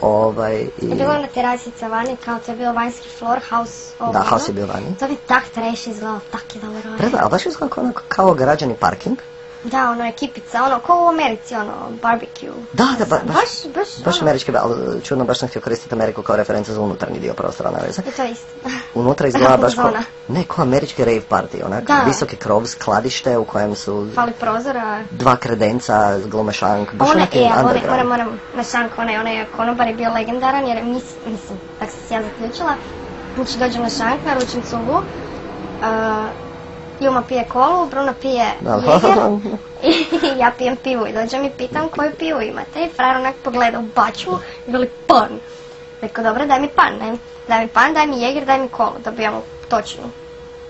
S3: Ovaj, i...
S4: I bilo je ona terasica vani, kao to je bio vanjski floor, house ovo,
S3: Da, house je
S4: ono.
S3: bio vani.
S4: To bi tak trash izgledalo, tak je dobro.
S3: Preda, ali baš izgleda kao, onako- kao građani parking.
S4: Da, ono, ekipica, ono, kao u Americi, ono, barbecue.
S3: Da, da, ba- baš,
S4: baš, baš,
S3: baš
S4: ono,
S3: američki, ali čudno, baš sam htio koristiti Ameriku kao referencu za unutarnji dio prostora, ne veze.
S4: I to je isto.
S3: Unutra izgleda baš kao,
S4: Zona.
S3: ne, kao američki rave party, onak,
S4: Da.
S3: visoki krov, skladište u kojem su
S4: Fali prozora.
S3: dva kredenca, glume šank, baš
S4: Ona,
S3: onak
S4: e, ali moram, moram,
S3: underground.
S4: moram, na šanku, onaj, onaj konobar je bio legendaran, jer mis, mislim, tak sam se ja zaključila. Znači, dođem na šank, naručim cugu, uh, Juma pije kolu, Bruno pije jeger, I ja pijem pivu i dođem i pitam koju pivu imate. I frajer onak pogleda u bačvu i veli pan. Rekao, dobro, daj mi pan, daj mi, daj mi pan, daj mi jeger, daj mi kolu. Dobijamo točnu,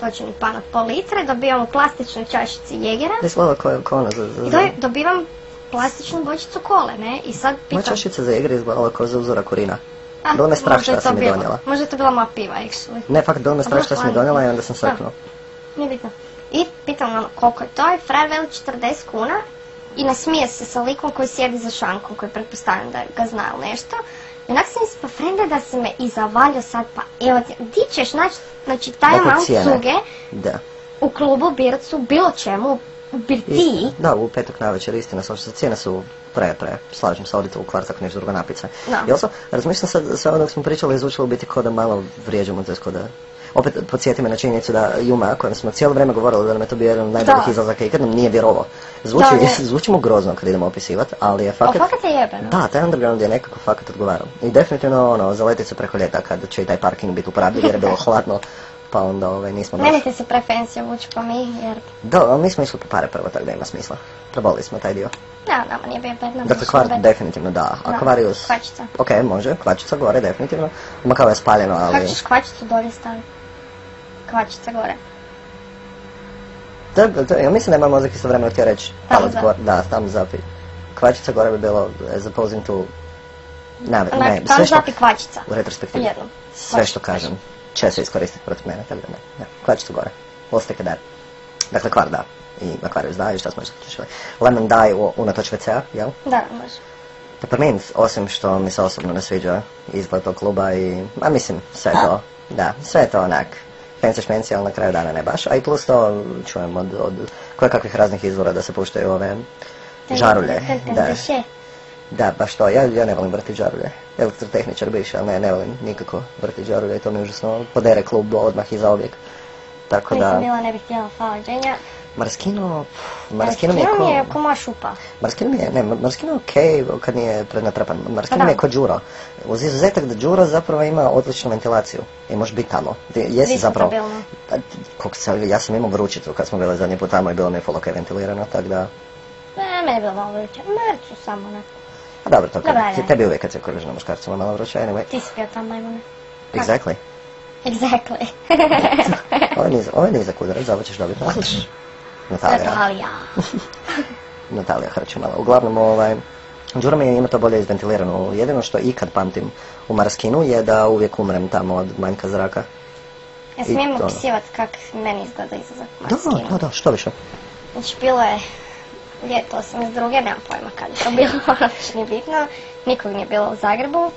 S4: točni pan od pol litre, dobijamo plastičnu čašicu jegera
S3: Da je slova koja kao ono za... za-
S4: i
S3: za-
S4: do- dobivam plastičnu bočicu kole, ne? I sad
S3: Moja
S4: pitam...
S3: čašica za igre izgledala kao za uzora kurina.
S4: "Ah,
S3: bilo me strah
S4: možda je
S3: šta
S4: to
S3: sam mi
S4: bilo-
S3: donijela."
S4: Možda je to bila moja piva, actually.
S3: Ne, fakt, bilo me
S4: Dobro,
S3: strašno što sam mi
S4: hvala.
S3: donijela i onda sam
S4: Da.
S3: srknuo.
S4: Nije bitno. I pitam ono koliko je to i frajer veli 40 kuna i nasmije se sa likom koji sjedi za šankom koji pretpostavljam da ga zna ili nešto. I onak sam ispod frenda da se me i zavalio sad pa evo ti, di ćeš naći znači taj
S3: Dakle,
S4: malo
S3: cijene.
S4: cuge
S3: Da.
S4: u klubu, bircu, bilo čemu, u birtiji.
S3: Istina. Da, u petak na večer, istina, samo što cijene su pre, pre, slažem se, odite u kvartak, nešto drugo napice.
S4: Da.
S3: I also, razmišljam sad, sve ono dok smo pričali, zvučilo u biti ko da malo vrijeđamo, tj. ko da... Opet podsjeti me na činjenicu da Juma, kojem smo cijelo vrijeme govorili da nam je to bio jedan od najboljih
S4: Da.
S3: izlazaka ikad nam nije vjerovao. Zvuči,
S4: Da, ne.
S3: zvučimo grozno kad idemo opisivati, ali je
S4: A
S3: fakat...
S4: fakat je jebeno.
S3: Da, taj underground je nekako fakat odgovarao. I definitivno ono, zaletit se preko ljeta kad će i taj parking biti uporabljiv jer je bilo hladno, pa onda ovaj, nismo baš...
S4: Nemojte se preferencije vući po mi jer
S3: Da, ali nismo išli po pare prvo, tako da ima smisla. Probali smo taj dio.
S4: da, nama nije bio bedno.
S3: Dakle, kvart definitivno da.
S4: Da,
S3: Aquarius...
S4: kvačica.
S3: Ok, može, kvačica gore, definitivno. Ma kao je spaljeno, ali...
S4: Kako ćeš kvačicu dolje staviti? Kvačica gore.
S3: Da, da, da, ja mislim da ima mozak istovremeno htio reći.
S4: Thumbs
S3: palac
S4: up.
S3: gore, da, thumbs up. i- Kvačica gore bi bilo eh, as opposing to... Ne, ne,
S4: Onak,
S3: sve
S4: tam
S3: što...
S4: zapi kvačica.
S3: U retrospektivi.
S4: Jednom.
S3: Sve što
S4: Kvačica.
S3: kažem će se iskoristiti protiv mene, tako da ne. ne. Kvačicu gore. We'll stick it there. Dakle, kvar da. I Aquarius da, i šta smo još zaključili. Lemon da je u- unatoč WC-a, jel?
S4: Da, može.
S3: Peppermint, osim što mi se osobno ne sviđa izgled tog kluba i, a mislim, sve to, da, sve to onak, penci šmenci, ali na kraju dana ne baš, a i plus to čujem od, od kakvih raznih izvora da se puštaju ove žarulje, da,
S4: Tenteše.
S3: da, baš to, ja, ja ne volim vrti žarulje, elektrotehničar biš, ali ne, ne volim nikako vrti žarulje, to mi užasno podere klub odmah i zauvijek, tako
S4: Nisam
S3: da,
S4: bila, ne bih htjela, hvala Dženja.
S3: Maraskino, pff, Maraskino mi je
S4: Maraskino mi
S3: cool.
S4: je ko moja šupa.
S3: Marskino mi je, ne, Marskino je okej kad nije prednatrpan. Marskino
S4: Pa da.
S3: mi je kod Đuro. Uz izuzetak da Đuro zapravo ima odličnu ventilaciju i možeš biti tamo. Ti Jesi zapravo.
S4: Diskutabilno.
S3: Pa, ti- koliko se, ja sam imao vrućicu kad smo bili zadnji put tamo i bilo mi je full okej ventilirano, tako da...
S4: Ne, meni je bilo malo vruće. Mrcu samo, ne.
S3: A dobro, to kad,
S4: Dobra, ne.
S3: ti- tebi uvijek kad se koriš na muškarcima malo vruće, anyway.
S4: Ti si bio tamo, majmune.
S3: Exactly.
S4: Exactly.
S3: Ovo je niz, ovo je nizak udarac, zato ćeš dobiti. Natalija.
S4: Natalija.
S3: Natalija Hrčunala. Uglavnom, ovaj, Đuro mi je ima to bolje izventilirano. Jedino što ikad pamtim u Maraskinu je da uvijek umrem tamo od manjka zraka.
S4: Ja
S3: I
S4: smijem
S3: to.
S4: opisivat kak meni izgleda izazak
S3: Da,
S4: Maraskina.
S3: da, da, što više.
S4: Znači, bilo je ljeto 82. nemam pojma kad je to bilo, baš nije bitno. Nikog nije bilo u Zagrebu.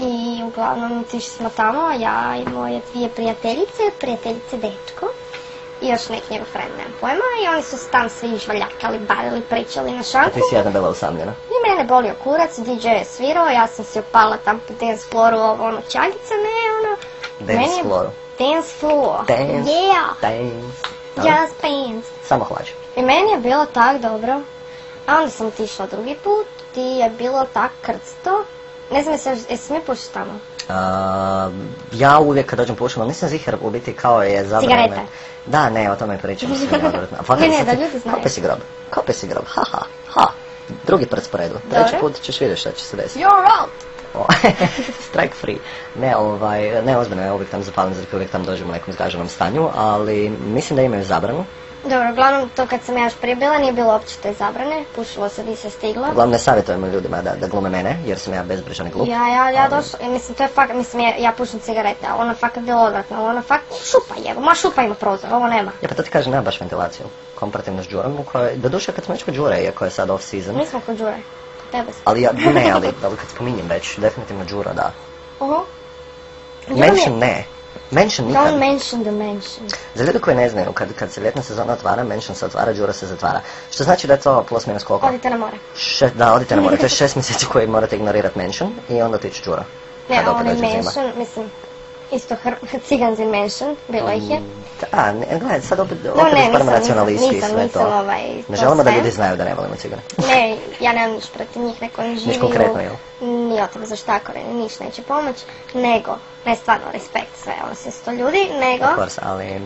S4: I uglavnom otišli smo tamo, ja i moje dvije prijateljice, prijateljice dečko. i još neki njegov friend, nemam pojma, i oni su se tam svi žvaljakali, bavili, pričali na šanku.
S3: Ti si jedna bila usamljena.
S4: I mene bolio kurac, DJ je svirao, ja sam se opala tam po dance flooru, ovo ono, čagica me, ono.
S3: Dance
S4: Meni je-
S3: flooru.
S4: Dance floor.
S3: Dance.
S4: Yeah.
S3: Thanks. Da?
S4: Just dance.
S3: Samo hlađe.
S4: I meni je bilo tak dobro. A onda sam otišla drugi put i je bilo tak krcto. Ne znam, jesi, jesi mi pušiš tamo?
S3: A, ja uvijek kad dođem pušim, ali nisam zihar u biti kao je zabrano.
S4: Cigareta.
S3: Da, ne, o tome pričamo sve neodvratno. A fakat
S4: Ne, ne,
S3: sad
S4: da
S3: ti-
S4: ljudi znaju.
S3: Kopi si grob, kopi si grob, ha, ha, ha. Drugi prst po redu. Treći
S4: Dobro.
S3: put ćeš vidjeti šta će se desiti.
S4: You're out!
S3: O, Strike free. Ne, ovaj, ne, ozbiljno, ja uvijek tam zapalim zrke, uvijek tam dođem u nekom zgaženom stanju, ali mislim da imaju zabranu.
S4: Dobro, uglavnom to kad sam ja još prije bila nije bilo uopće te zabrane, pušilo se di se stiglo.
S3: Uglavnom ne savjetujemo ljudima da, da glume mene, jer sam ja bezbrižan i glup.
S4: Ja, ja, ja
S3: Ali-
S4: došla, e, mislim to je fakat, mislim ja, ja pušim cigarete, a ono je fakat bilo odvratno, ali ono je fakat šupa jebo, ma šupa ima prozor, ovo nema.
S3: Ja pa to ti kažem, nema baš ventilaciju. Komparativno s džurom u kojoj, doduše kad smo već kod džure, iako je sad off season,
S4: Mi smo kod Đure, kod tebe smo.
S3: Ali ja, ne, ali, ali kad spominjem već, definitivno Đura, da.
S4: Aha. Đuro mi je-
S3: Mention ne. Mention nikad.
S4: Don't mention the mention.
S3: Za ljude koji ne znaju, kad, kad se ljetna sezona otvara, mention se otvara, Đura se zatvara. Što znači da je to plus minus koliko?
S4: Odite na more.
S3: Še, da, odite na more. To je šest mjeseci koji morate ignorirati mention i onda otići Đura.
S4: Ne,
S3: Kad opet
S4: onaj
S3: dođe zima.
S4: mention, mislim, isto hr... ciganzi mention, bilo ih je.
S3: Mm. Da, ne, e, gledaj, sad opet, opet
S4: ne,
S3: ispadamo
S4: nisam,
S3: nacionalisti
S4: nisam,
S3: i sve
S4: nisam,
S3: to.
S4: ovaj, to
S3: ne želimo da
S4: sve.
S3: ljudi znaju da ne volimo cigane.
S4: Ne, ja nemam niš protiv njih, neko ne živi
S3: konkretno, jel?
S4: u... Ni otreba za štakore, ni niš neće pomoć, nego, ne stvarno, respekt sve, ono se sto ljudi, nego,
S3: Of course, ali...
S4: e,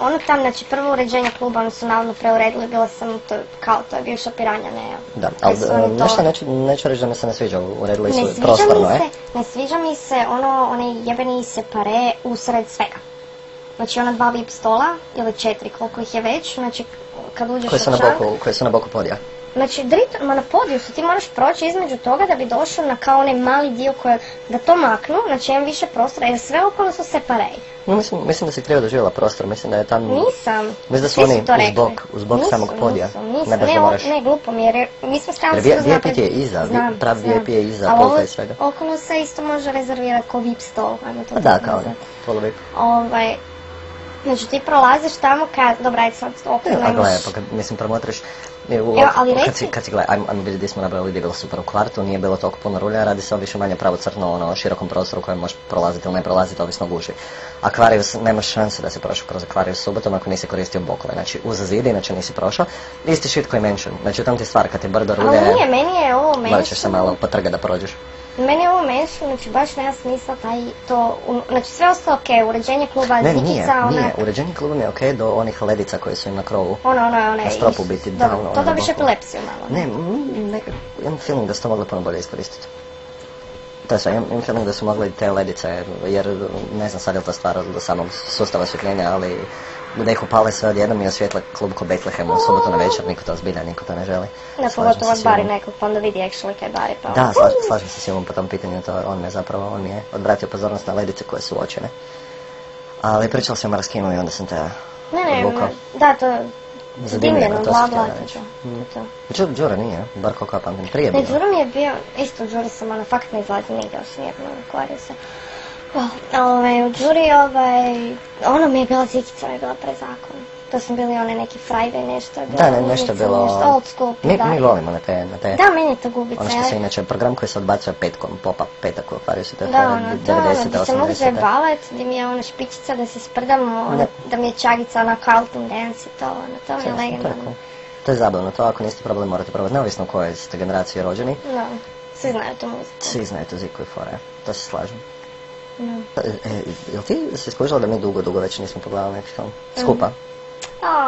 S4: ono tam, znači prvo uređenje kluba, ono su navodno preuredili, bila sam, to, kao to je bivša piranja, ne,
S3: Da, ali
S4: Jesu oni
S3: e,
S4: to-
S3: nešto neću, neću reći da mi se ne sviđa, uredili
S4: ne
S3: su
S4: sviđa mi
S3: prostorno, e? je.
S4: se, ne sviđa mi se ono, one jebeni separe usred svega. Znači ona dva VIP stola, ili četiri, koliko ih je već, znači kad uđeš
S3: Koje su
S4: u
S3: na
S4: član-
S3: boku, koje su na boku podija.
S4: Znači, drit, ma na podiju su, ti moraš proći između toga da bi došao na kao onaj mali dio koje, da to maknu, znači imam više prostora, jer sve okolo su separei.
S3: No, mislim, mislim da si krivo doživjela prostor, mislim da je tam...
S4: Nisam.
S3: Mislim da su
S4: svi
S3: oni
S4: to
S3: uz
S4: rekli.
S3: bok- uz bok
S4: Nisam,
S3: samog podija.
S4: Nisam,
S3: Ne
S4: nisam,
S3: baš
S4: ne,
S3: da
S4: o-
S3: moraš.
S4: ne glupo mi je, jer mi smo stalno
S3: Jer
S4: svi
S3: vi-
S4: uz
S3: VIP
S4: napred.
S3: je iza, vi-
S4: Znam,
S3: pravi
S4: znam.
S3: VIP je iza
S4: Ali
S3: polka
S4: ovo-
S3: i svega.
S4: Okolo se isto može rezervirati ko VIP stol, ajmo to
S3: Pa da,
S4: tako
S3: kao ne,
S4: nazvat.
S3: polovip.
S4: Ovaj, znači ti prolaziš tamo kad, dobra, ajde sad
S3: E,
S4: okolo
S3: A
S4: imaš...
S3: gledaj, pa kad, mislim, promotriš, e, u-
S4: Evo, ali
S3: kad,
S4: reci-
S3: si, kad si gledaj, ajmo, ajmo vidi gdje smo nabrali, gdje je bilo super u kvartu, nije bilo toliko puno rulja, radi se o više manje pravo crno, ono, širokom prostoru kojem možeš prolaziti ili ne prolaziti, ovisno o gužvi. Aquarius, nemaš šanse da si prošao kroz Aquarius subotom ako nisi koristio bokove, znači uz zid, inače nisi prošao. Isti shit koji mention, znači tam ti je stvar, kad ti je brdo rulja,
S4: Ali nije, meni je ovo
S3: morat ćeš se
S4: mention,
S3: malo potrga da prođeš.
S4: meni je ovo mention, znači baš nema smisla taj to, u- znači sve ostalo okej, uređenje kluba,
S3: Ne, nije,
S4: zikica, ona,
S3: nije. Uređenje kluba mi je okej do onih ledica koje su im na krovu.
S4: ono, ono, ono,
S3: Na stropu biti, da, ono,
S4: to
S3: ono,
S4: dobiš
S3: duboko.
S4: epilepsiju malo.
S3: Ne, mm, ne, imam feeling da su to mogli puno bolje iskoristiti. To je sve, imam, imam feeling da su mogli te ledice, jer ne znam sad je li to stvar od samog sustava osvjetljenja, ali da ih upale sve odjednom i osvijetle klub ko Betlehem u subotu na večer, niko to zbilja, niko to ne želi.
S4: Da,
S3: Slažem
S4: pogotovo
S3: se
S4: od
S3: s
S4: bari
S3: Ivom.
S4: nekog, pa onda vidi actually kaj bari, pa
S3: Da,
S4: ono,
S3: slažem, slažem se s Ivom po tom pitanju, to je- on me zapravo, on mi je odvratio pozornost na ledice koje su uočene. Ali pričala sam o Maraskinu i onda sam te
S4: Ne, ne,
S3: odvukao.
S4: ne, da, to je
S3: Zadimljeno,
S4: dimljeno,
S3: to sam
S4: bla,
S3: htjela
S4: bla,
S3: reći.
S4: to, to.
S3: Đu- Đura Mm. nije, bar koliko ja pamtim, prije je
S4: Ne,
S3: bio.
S4: Đuro mi je bio, isto u Đuri sam, ono, fakat ne izlazim nigdje, osim jedno u Aquariusa. Ove, u Đuri, ovaj, ono mi je bila zikica, mi je bila prezakon. To su bili one neki frajde, nešto je bilo.
S3: Da, ne,
S4: gubice,
S3: nešto je bilo...
S4: Nešto old school,
S3: mi,
S4: da.
S3: mi volimo na te, na te...
S4: Da, meni je to gubica,
S3: Ono što se
S4: ja-
S3: inače, program koji se odbacuje petkom, popa petak u Aquariusu, to je
S4: Da, ono, to je ono,
S3: 90
S4: gdje se mogu
S3: 80
S4: zajebavat, gdje mi je ono špičica da se sprdamo, ono,
S3: Ne.
S4: da mi je čagica ona Carlton Dance i to, ono, to mi je
S3: To je cool.
S4: legendarno.
S3: To je zabavno, to ako niste probali morate probati, neovisno u kojoj ste generaciji rođeni,
S4: Da, svi znaju tu muziku.
S3: svi znaju tu ziku i fore, to se slažem.
S4: No.
S3: E, e, jel ti se skužila da mi dugo, dugo već nismo pogledali neki film?
S4: Mm.
S3: Skupa,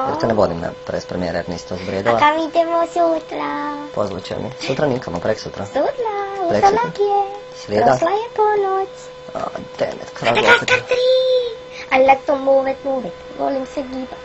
S3: jer te ne vodim na pres premijere jer niste
S4: A
S3: uzbrijedila.
S4: kam idemo sutra?
S3: Pozvuće mi. Sutra nikamo, prek sutra.
S4: Sutra,
S3: Rekli.
S4: utorak je.
S3: Srijeda.
S4: Prošla je ponoć.
S3: A, demet, kraj
S4: Kakar tri! I like to move it, move it. Volim se gibat.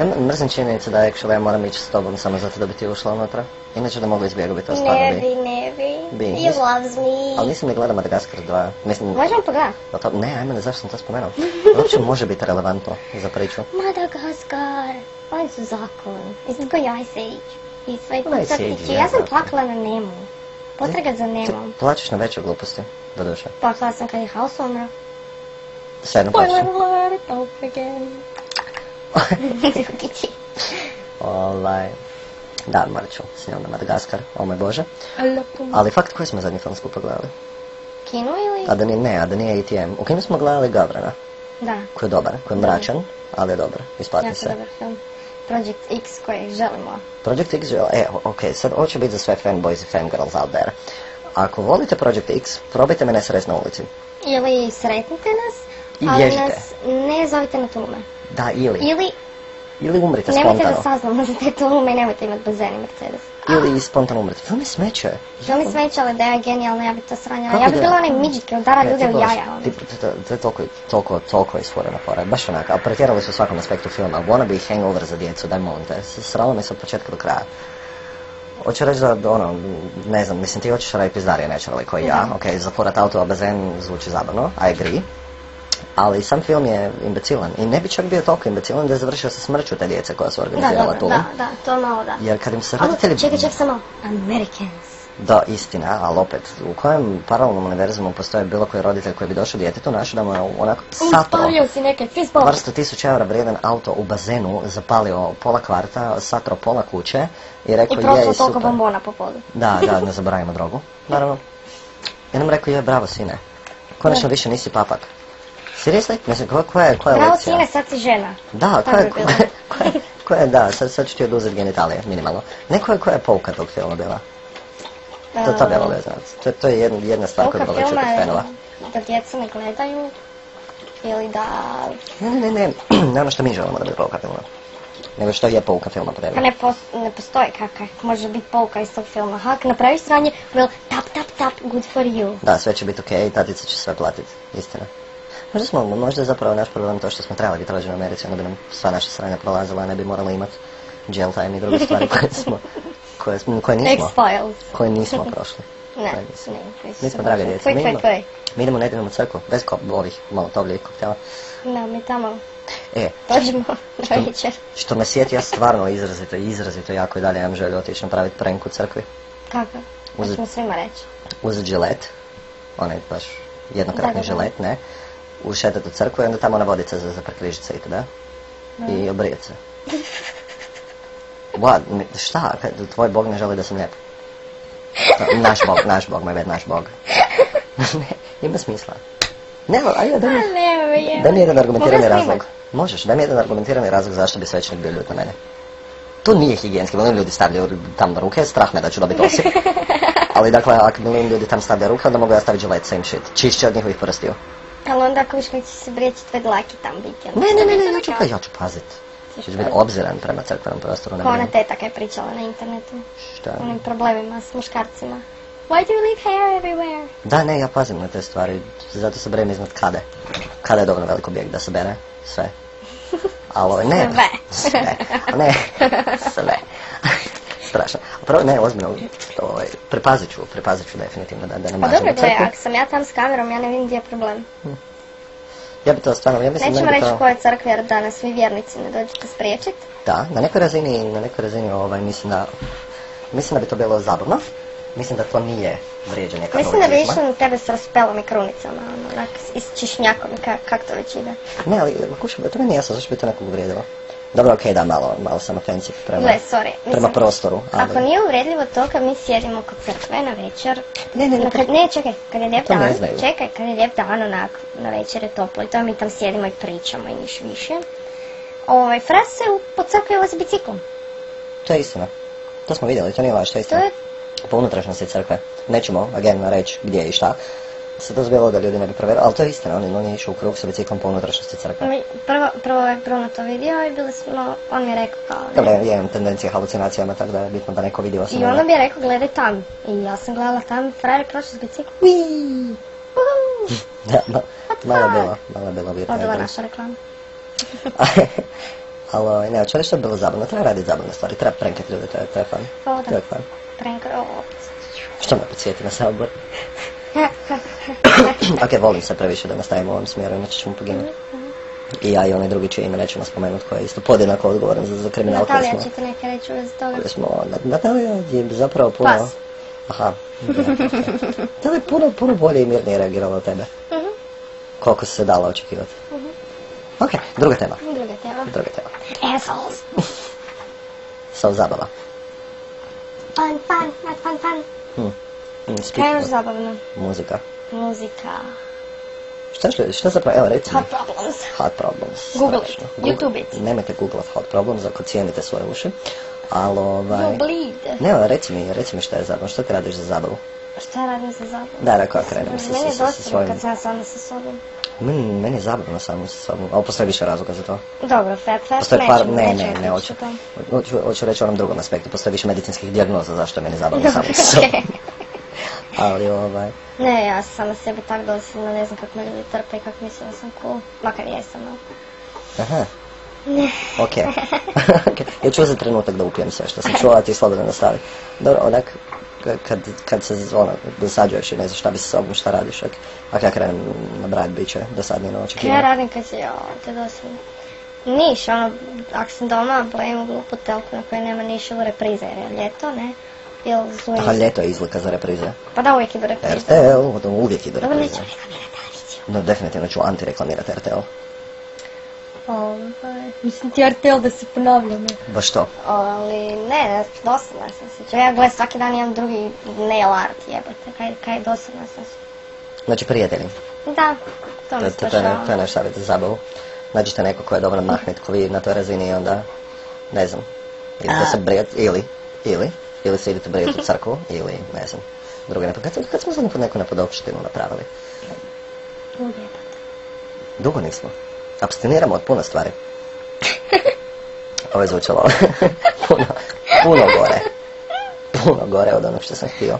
S3: Ja m- mrzim činjenicu da actually ja moram ići s tobom samo zato da bi ti ušla unutra. Inače da mogu izbjegao bi to stvarno
S4: Ne
S3: bi.
S4: bi, ne bi.
S3: Bi.
S4: He loves me.
S3: Ali nisam ni gledao Madagaskar 2. Mislim,
S4: Možemo pogledati?
S3: da to, ne, ajme, ne, zašto sam to spomenuo? Uopće može biti relevantno za priču.
S4: Madagaskar, oni Ovaj su zakon. Isto kao i Ice Age. I sve
S3: Ice Age
S4: crtići.
S3: je
S4: Ja sam
S3: zakon.
S4: plakala na Nemo. Potraga za
S3: Ti
S4: Nemo.
S3: plaćaš na veće gluposti, do duše.
S4: Plakala sam kad je House umro.
S3: Sve jedno plaćaš.
S4: Spoiler alert, don't again. Drugi ti.
S3: Ovaj, da, morat ću s njom na Madagaskar, o moj bože.
S4: Alo,
S3: Ali fakt, koji smo zadnji film skupa gledali?
S4: Kino ili?
S3: A da nije, ne, a da nije ATM. U kinu smo gledali Gavrana,
S4: Da,
S3: koji je dobar, koji je mračan, ali je dobar, isplati
S4: jako
S3: se.
S4: dobar film. Project X koji želimo.
S3: Project X, je- e, ok, sad ovo će biti za sve fanboys i fangirls out there. Ako volite Project X, probajte me ne srest na ulici.
S4: Ili sretnite nas,
S3: I
S4: ali
S3: bježite.
S4: nas ne zovite na tulume.
S3: Da, ili.
S4: Ili
S3: Ili umrite
S4: nemojte da
S3: spontano.
S4: saznamo za te tulume i nemojte imati bazeni Mercedes.
S3: Ili spontano umrete. Film je smeće.
S4: Što mi smećala da je genijalna, ja bi to sranjala.
S3: Kako
S4: Ja bi
S3: da- E,
S4: bila onaj midget koji udara
S3: Ne,
S4: ljude
S3: ti
S4: u
S3: baš-
S4: jaja. ono.
S3: Ti, to- to- to je toliko, toliko, toliko isforena fora. Baš onak, a pretjerali su u svakom aspektu filma. Wanna be hangover za djecu, daj molim te. S- Sralo me se od početka do kraja. Hoću reći da, ono, ne znam, mislim ti hoćeš raditi pizdarije nečarali koji ja. Ok, zaforat auto a bazen zvuči zabavno, I agree. Ali sam film je imbecilan i ne bi čak bio toliko imbecilan da je završio sa smrću te djece koja su
S4: Da, da,
S3: organizirala
S4: da,
S3: tu.
S4: da, da, to malo da.
S3: Jer kad im se
S4: Ali
S3: roditelji...
S4: čekaj, čekaj samo. Americans.
S3: Da, istina, ali opet, u kojem paralelnom univerzumu postoje bilo koji roditelj koji bi došao djetetu našao da mu je onako satro,
S4: Uspavljao si neke fistball.
S3: par sto tisuća eura vrijedan auto u bazenu, zapalio pola kvarta, satro pola kuće i
S4: I
S3: rekao je,
S4: prošlo toliko
S3: super.
S4: bombona po podu.
S3: Da, da, ne zaboravimo drogu, naravno. Ja nam rekao, je, bravo sine, konačno više nisi papak. Seriously? Mislim, koja, koja je, koja je
S4: Bravo
S3: lekcija?
S4: sine, sad si žena.
S3: Da,
S4: Tako
S3: koja,
S4: je
S3: koja,
S4: bilo.
S3: koja, koja, da, sad, sad ću ti oduzeti genitalije, minimalno. Ne, koja, koja je pouka tog filma bila? To, to bi ja volio znati. To, to je jedna, jedna stvar koju
S4: Luka
S3: bi volio čuti
S4: Um, filma
S3: od
S4: je
S3: fanova.
S4: da djeca ne gledaju ili da...
S3: Ne, ne, ne, ne, ne ono što mi želimo da bude pouka filma. Nego što je pouka filma po tebi.
S4: Pa ne, pos- ne postoji kakav, može biti pouka iz tog filma. Hak, napraviš sranje, well, tap, tap, tap, good for you.
S3: Da, sve će biti okej, i tatica će sve platiti, istina. Možda, smo, možda je zapravo naš problem to što smo trebali biti rođeni u Americi, onda bi nam sva naša sranja prolazila, a ne bi morali imati jail time i druge stvari koje smo, koje, smo, koje nismo,
S4: X-Files.
S3: koje nismo prošli.
S4: Ne,
S3: Koje
S4: ne,
S3: Mi
S4: nisu
S3: smo draga
S4: baš-
S3: djeca, mi
S4: Poj, poj,
S3: idemo,
S4: poj.
S3: mi idemo nedjeljom u crkvu, bez ko, ovih molotovljivih koktela.
S4: Da, mi tamo
S3: E,
S4: dođemo na večer.
S3: Što me sjeti, ja stvarno izrazito, izrazito jako i dalje imam želju otići napraviti prank u crkvi.
S4: Kako?
S3: Uzet-
S4: Hoćemo svima reći.
S3: Uz žilet, onaj baš jednokratni
S4: Da, da, da.
S3: žilet, ne, ušetat u crkvu i onda tamo ona vodica za, za prekrižice i tada. I obrijat se. What? Mi- Šta? Kad Tvoj bog ne želi da sam lijep. To- Naš bog, naš bog, moj ved, naš bog. ne, ima smisla. Ne, ali ajde, daj mi,
S4: A, ne, me je.
S3: daj mi jedan argumentirani
S4: Mogu ja
S3: razlog.
S4: snimat?
S3: Možeš, daj mi jedan argumentirani razlog zašto bi svećenik bio ljut na mene. To nije higijenski, volim ljudi stavljaju tam ruke, strah me da ću dobiti osip. Ali dakle, ako milijun ljudi tam stavlja ruke, onda mogu ja staviti žilet, same shit. Čišće od njihovih prstiju.
S4: Ali onda ako viš kad će se brijeći tvoje dlake tam biti.
S3: Ne,
S4: ono
S3: ne, ne, ne, ja ću, pa, ja ću pazit. Ja
S4: Ćeš
S3: ću biti
S4: pazit.
S3: obziran prema crkvenom prostoru. ne
S4: Kao ona
S3: vidim.
S4: teta kaj je pričala na internetu.
S3: Šta?
S4: O onim problemima s muškarcima. Why do you leave hair everywhere?
S3: Da, ne, ja pazim na te stvari, zato se brem iznad kade. Kada je dovoljno velik objekt da se bere sve. Ali ovo- ne.
S4: Sve.
S3: Sve. A Ne, sve. Strašno. A Prvo, ne, ozbiljno, ovaj, prepazit ću, prepazit ću definitivno da, da ne
S4: Pa
S3: mažem
S4: dobro,
S3: u
S4: gle,
S3: crkvu.
S4: ako sam ja tam s kamerom, ja ne vidim gdje je problem.
S3: Ja bi to stvarno, ja mislim da
S4: Nećemo
S3: bi
S4: reći
S3: to...
S4: koje crkve jer da nas svi vjernici ne dođete spriječit.
S3: Da, na nekoj razini, na nekoj razini ovaj, mislim da... Mislim da bi to bilo zabavno. Mislim da to nije vrijeđanje
S4: Mislim da bi
S3: katolicizma.
S4: išla na tebe s raspelom i krunicama, ono, onak, i s čišnjakom, ka- kak to već ide.
S3: Ne, ali kušam, to meni je jasno, zašto bi to nekog uvrijedilo. Dobro, okej, da, malo, malo sam ofensiv prema,
S4: Gle, sorry.
S3: prema prostoru, ali...
S4: Ako nije uvredljivo to kad mi sjedimo kod crkve na večer,
S3: Ne, ne, ne,
S4: no, kad, ne, čekaj, kad je lijep
S3: To ne
S4: dan,
S3: znaju.
S4: čekaj, kad je lijep dan, onak, na večer je toplo i to mi tam sjedimo i pričamo i niš više. Ovaj, fras se u- po crkvi vozi biciklom.
S3: to je istina. To smo vidjeli, to nije laž, to je
S4: To
S3: istina.
S4: je,
S3: Po unutrašnjosti crkve. Nećemo agen reći gdje i šta. Se to zbjelo da ljudi ne bi provjerili, ali to je istina, on, je- on je išao u krug sa biciklom po unutrašnjosti crkve.
S4: mi- prvo, prvo je Bruno to vidio i bili smo, on mi je rekao kao, ne,
S3: Dobro, ja imam tendencije halucinacijama, tako da je bitno da neko vidi osim
S4: I onda
S3: mene.
S4: mi je rekao gledaj tam. I ja sam gledala tam, frajer je prošao s biciklom. Uiii. Uhuu.
S3: Da, ma-
S4: What the
S3: malo je
S4: fuck?
S3: bilo, malo je bilo
S4: Ovo
S3: virtne.
S4: je bila naša reklama.
S3: ali ovaj, ne, očeli što je bilo zabavno, treba raditi zabavne stvari, treba prenkati ljude, to je, to je fun.
S4: O,
S3: To
S4: da.
S3: je fun.
S4: Pranker, o, opet.
S3: Što me podsjeti na sabor? ok, volim se previše da nastavimo u ovom smjeru, inače ćemo poginuti. I ja i onaj drugi čije ime nećemo spomenuti koji je isto podjednako odgovoran za, za kriminal koji
S4: Natalija
S3: smo...
S4: će ti neke reći u vezi toga.
S3: Koji smo Nat- Natalija je zapravo puno...
S4: Pas.
S3: Aha. da, okej. Natalija je puno, puno bolje i mirnije reagirala od tebe.
S4: Mhm,
S3: Koliko se dala očekivati.
S4: mhm.
S3: Ok, druga tema.
S4: Druga tema.
S3: Druga tema.
S4: Assholes.
S3: So, zabava.
S4: Pan, pan, pan, pan, pan.
S3: Hm. Mm,
S4: Kaj je
S3: Speak,
S4: još zabavno?
S3: muzika.
S4: Muzika.
S3: Šta, šta, šta zapravo, evo recimo.
S4: Hot problems.
S3: Hot Problems.
S4: Google it,
S3: strašno.
S4: YouTube it.
S3: Nemojte googlat Hot Problems ako cijenite svoje uši. Ali ovaj...
S4: You bleed.
S3: Ne, ali reci mi, reci mi šta je zabavno, što ti radiš za zabavu?
S4: Šta radim sa zabavom?
S3: Da, rekao, krenem sa,
S4: Meni
S3: sa,
S4: je
S3: sa, sa
S4: dosadno
S3: svojim...
S4: kad sam sama sa sobom.
S3: Meni, meni je zabavno samo sa sobom, ali postoji više razloga za to.
S4: Dobro, fair, fair.
S3: Postoji
S4: neću-
S3: par, ne,
S4: neću
S3: ne, ne,
S4: otići
S3: hoću.
S4: u to.
S3: Hoću, hoću reći o onom drugom aspektu, postoji više medicinskih dijagnoza zašto je meni zabavno samo sa sobom.
S4: Dobro, okej.
S3: Ali ovaj,
S4: Ne, ja sam sama sebi tak dosadna, ne znam kako me ljudi trpe i kako mislim da sam cool. Makar jesam, ali...
S3: aha. Ok. okay. Ja ću uzeti trenutak da upijem sve što sam čuo, a ti slobodno nastavi. Dobro, onak, k- kad, kad se ono, dosađuješ i ne znaš šta bi sa sobom, šta radiš, ak, ak ja krenem nabrajat bit će dosadnije na
S4: Kaj ja
S3: očekivanje.
S4: radim kad je, o, te dosadno. Niš, ono, ako sam doma, blejim u glupu telku na kojoj nema niš ili reprize, jer je ljeto, ne? Ili zvuji.
S3: Aha, ljeto je izlika za reprize.
S4: Pa da, uvijek idu reprize.
S3: RTL, o tom uvijek idu
S4: Dobro, neću
S3: reprize.
S4: reklamirati televiziju.
S3: No, definitivno ću antireklamirati RTL.
S4: Ovaj, Mislim ti RTL da se ponavlja, ne?
S3: Baš to.
S4: Ali ne, ne, dosadna sam se. Čujem, Ja gledam svaki dan imam drugi nail art, jebote. Kaj, kaj dosadna sam se.
S3: Znači, prijatelji,
S4: Da, to
S3: to,
S4: mi
S3: to, to, je,
S4: spašava.
S3: na- to je naš savjet za zabavu. Nađite neko ko je dobro mahnit, ko vi na toj razini i onda, ne znam, ili da se brijat, ili, ili, ili se idete brijat u crkvu, ili, ne znam, druge nepod... Kad, kad smo zadnji put neku nepodopštinu napravili?
S4: U, jebote.
S3: Dugo nismo. Abstiniramo od puno stvari. Ovo je zvučalo puno, puno gore. Puno gore od onog što sam htio.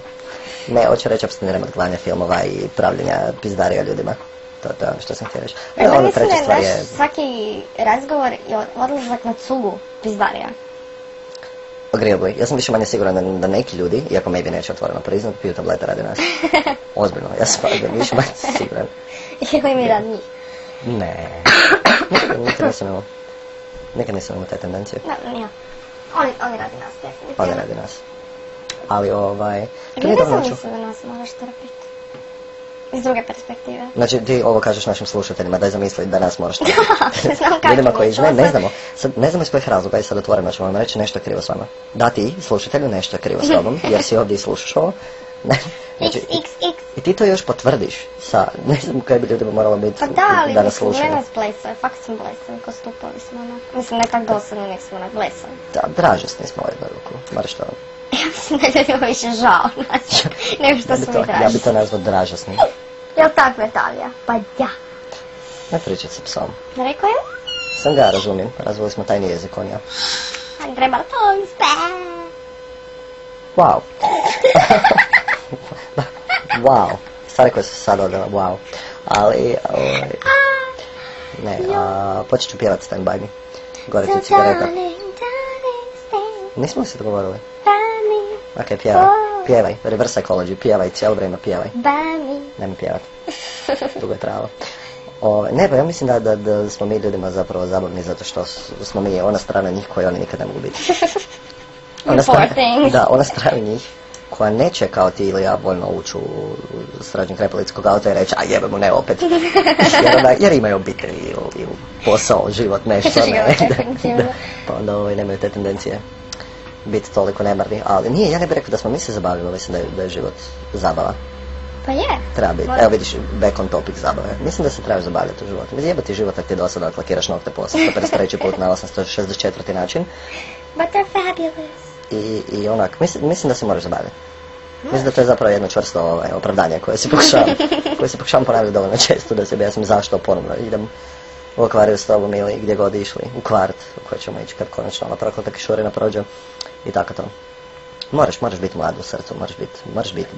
S3: Ne, hoću reći abstiniram od gledanja filmova i pravljenja pizdarija ljudima. To, to je ono što sam htio reći. E,
S4: Ja
S3: ono
S4: mislim
S3: treća
S4: da je
S3: stvar
S4: naš
S3: je...
S4: svaki razgovor i od- odlazak na cugu pizdarija.
S3: Agreeably. Ja sam više manje siguran da, da neki ljudi, iako maybe neće otvoreno priznat, piju tablete radi nas. Ozbiljno, ja sam da više manje siguran.
S4: Ili mi rad njih.
S3: Ne. Nikad, nikad nisam imao. Nikad nisam imao te tendencije.
S4: Da, nije. Oni, oni radi nas, definitivno.
S3: Pa ne radi nas. Ali ovaj... To
S4: Gdje
S3: nije
S4: sam
S3: dobro čuo.
S4: mislila da nas možeš trpiti? Iz druge perspektive.
S3: Znači ti ovo kažeš našim slušateljima, daj zamisli da nas moraš trpiti.
S4: ne znam kako.
S3: Ljudima koji
S4: čula
S3: ne, ne
S4: sam-
S3: znamo, sad, ne znamo iz kojih razloga i sad otvoreno ćemo vam reći nešto je krivo s vama. Da ti, slušatelju, nešto je krivo s tobom, jer si ovdje i slušaš ovo. Ne,
S4: X,
S3: znači,
S4: x, x.
S3: I ti to još potvrdiš sa, ne znam kaj bi ljudima moralo biti
S4: Pa da, ali
S3: da nas
S4: mislim,
S3: slušaju.
S4: ne nas blesaju, fakt sam blesao, ko stupovi smo ono. Mislim, ne tak dosadno, nek smo onak blesali.
S3: Da, dražesni smo ovaj ruku, bar što.
S4: Ja mislim da je ljudima više žao nas, nego što
S3: ja, bi
S4: Pa smo mi
S3: to, ja bi
S4: draži.
S3: to nazvao dražesni.
S4: Jel tak, Natalija? Pa da.
S3: Ne pričat sa psom.
S4: Rekao je?
S3: Sam ga ja razumijem, razvili smo tajni jezik, on i ja.
S4: Andrej Barton, spe!
S3: Wow. wow. Stvari koje su sad odjela, wow. Ali, ovaj, ne, a, počet ću pjevat Stand By Me. Gore ti cigareta. Nismo li se dogovorili? Ok, pjevaj.
S4: Pa-
S3: Pjevaj, reverse ecology, pjevaj, cijelo vrijeme pjevaj. Ne mi pjevat. Dugo je trajalo. O, ne, pa ja mislim da, da, da smo mi ljudima zapravo zabavni zato što s- smo mi ona strana njih koju oni nikada ne mogu biti. Ona
S4: Poor
S3: strana,
S4: things.
S3: da, ona strana njih koja neće kao ti ili ja voljno ući u srađen kraj policijskog auta i reći a jebe mu ne opet. jer, onda, jer imaju obitelj ili, ili posao, život, nešto. Ne,
S4: Život, definitivno.
S3: pa onda ovaj, nemaju te tendencije biti toliko nemarni. Ali nije, ja ne bih rekao da smo mi se zabavili, mislim da je, da je život zabava.
S4: Pa je.
S3: Treba biti.
S4: Mora-
S3: Evo vidiš, back on topic zabave. Mislim da se trebaš zabavljati u životu. Mislim, jebati život ako ti je dosadno ako lakiraš nokte po 853. put na 864. način.
S4: But they're fabulous.
S3: I, i onak, mislim, mislim da se moraš zabaviti. Mislim da to je zapravo jedno čvrsto ovaj, opravdanje koje se pokušavam, koje se pokušavam ponavljati dovoljno često da se objasnim zašto ponovno idem u akvariju s tobom ili gdje god išli, u kvart u koji ćemo ići kad konačno ono ona prokleta kišurina prođe i tako to. Moraš, moraš biti mlad u srcu, moraš biti, moraš biti,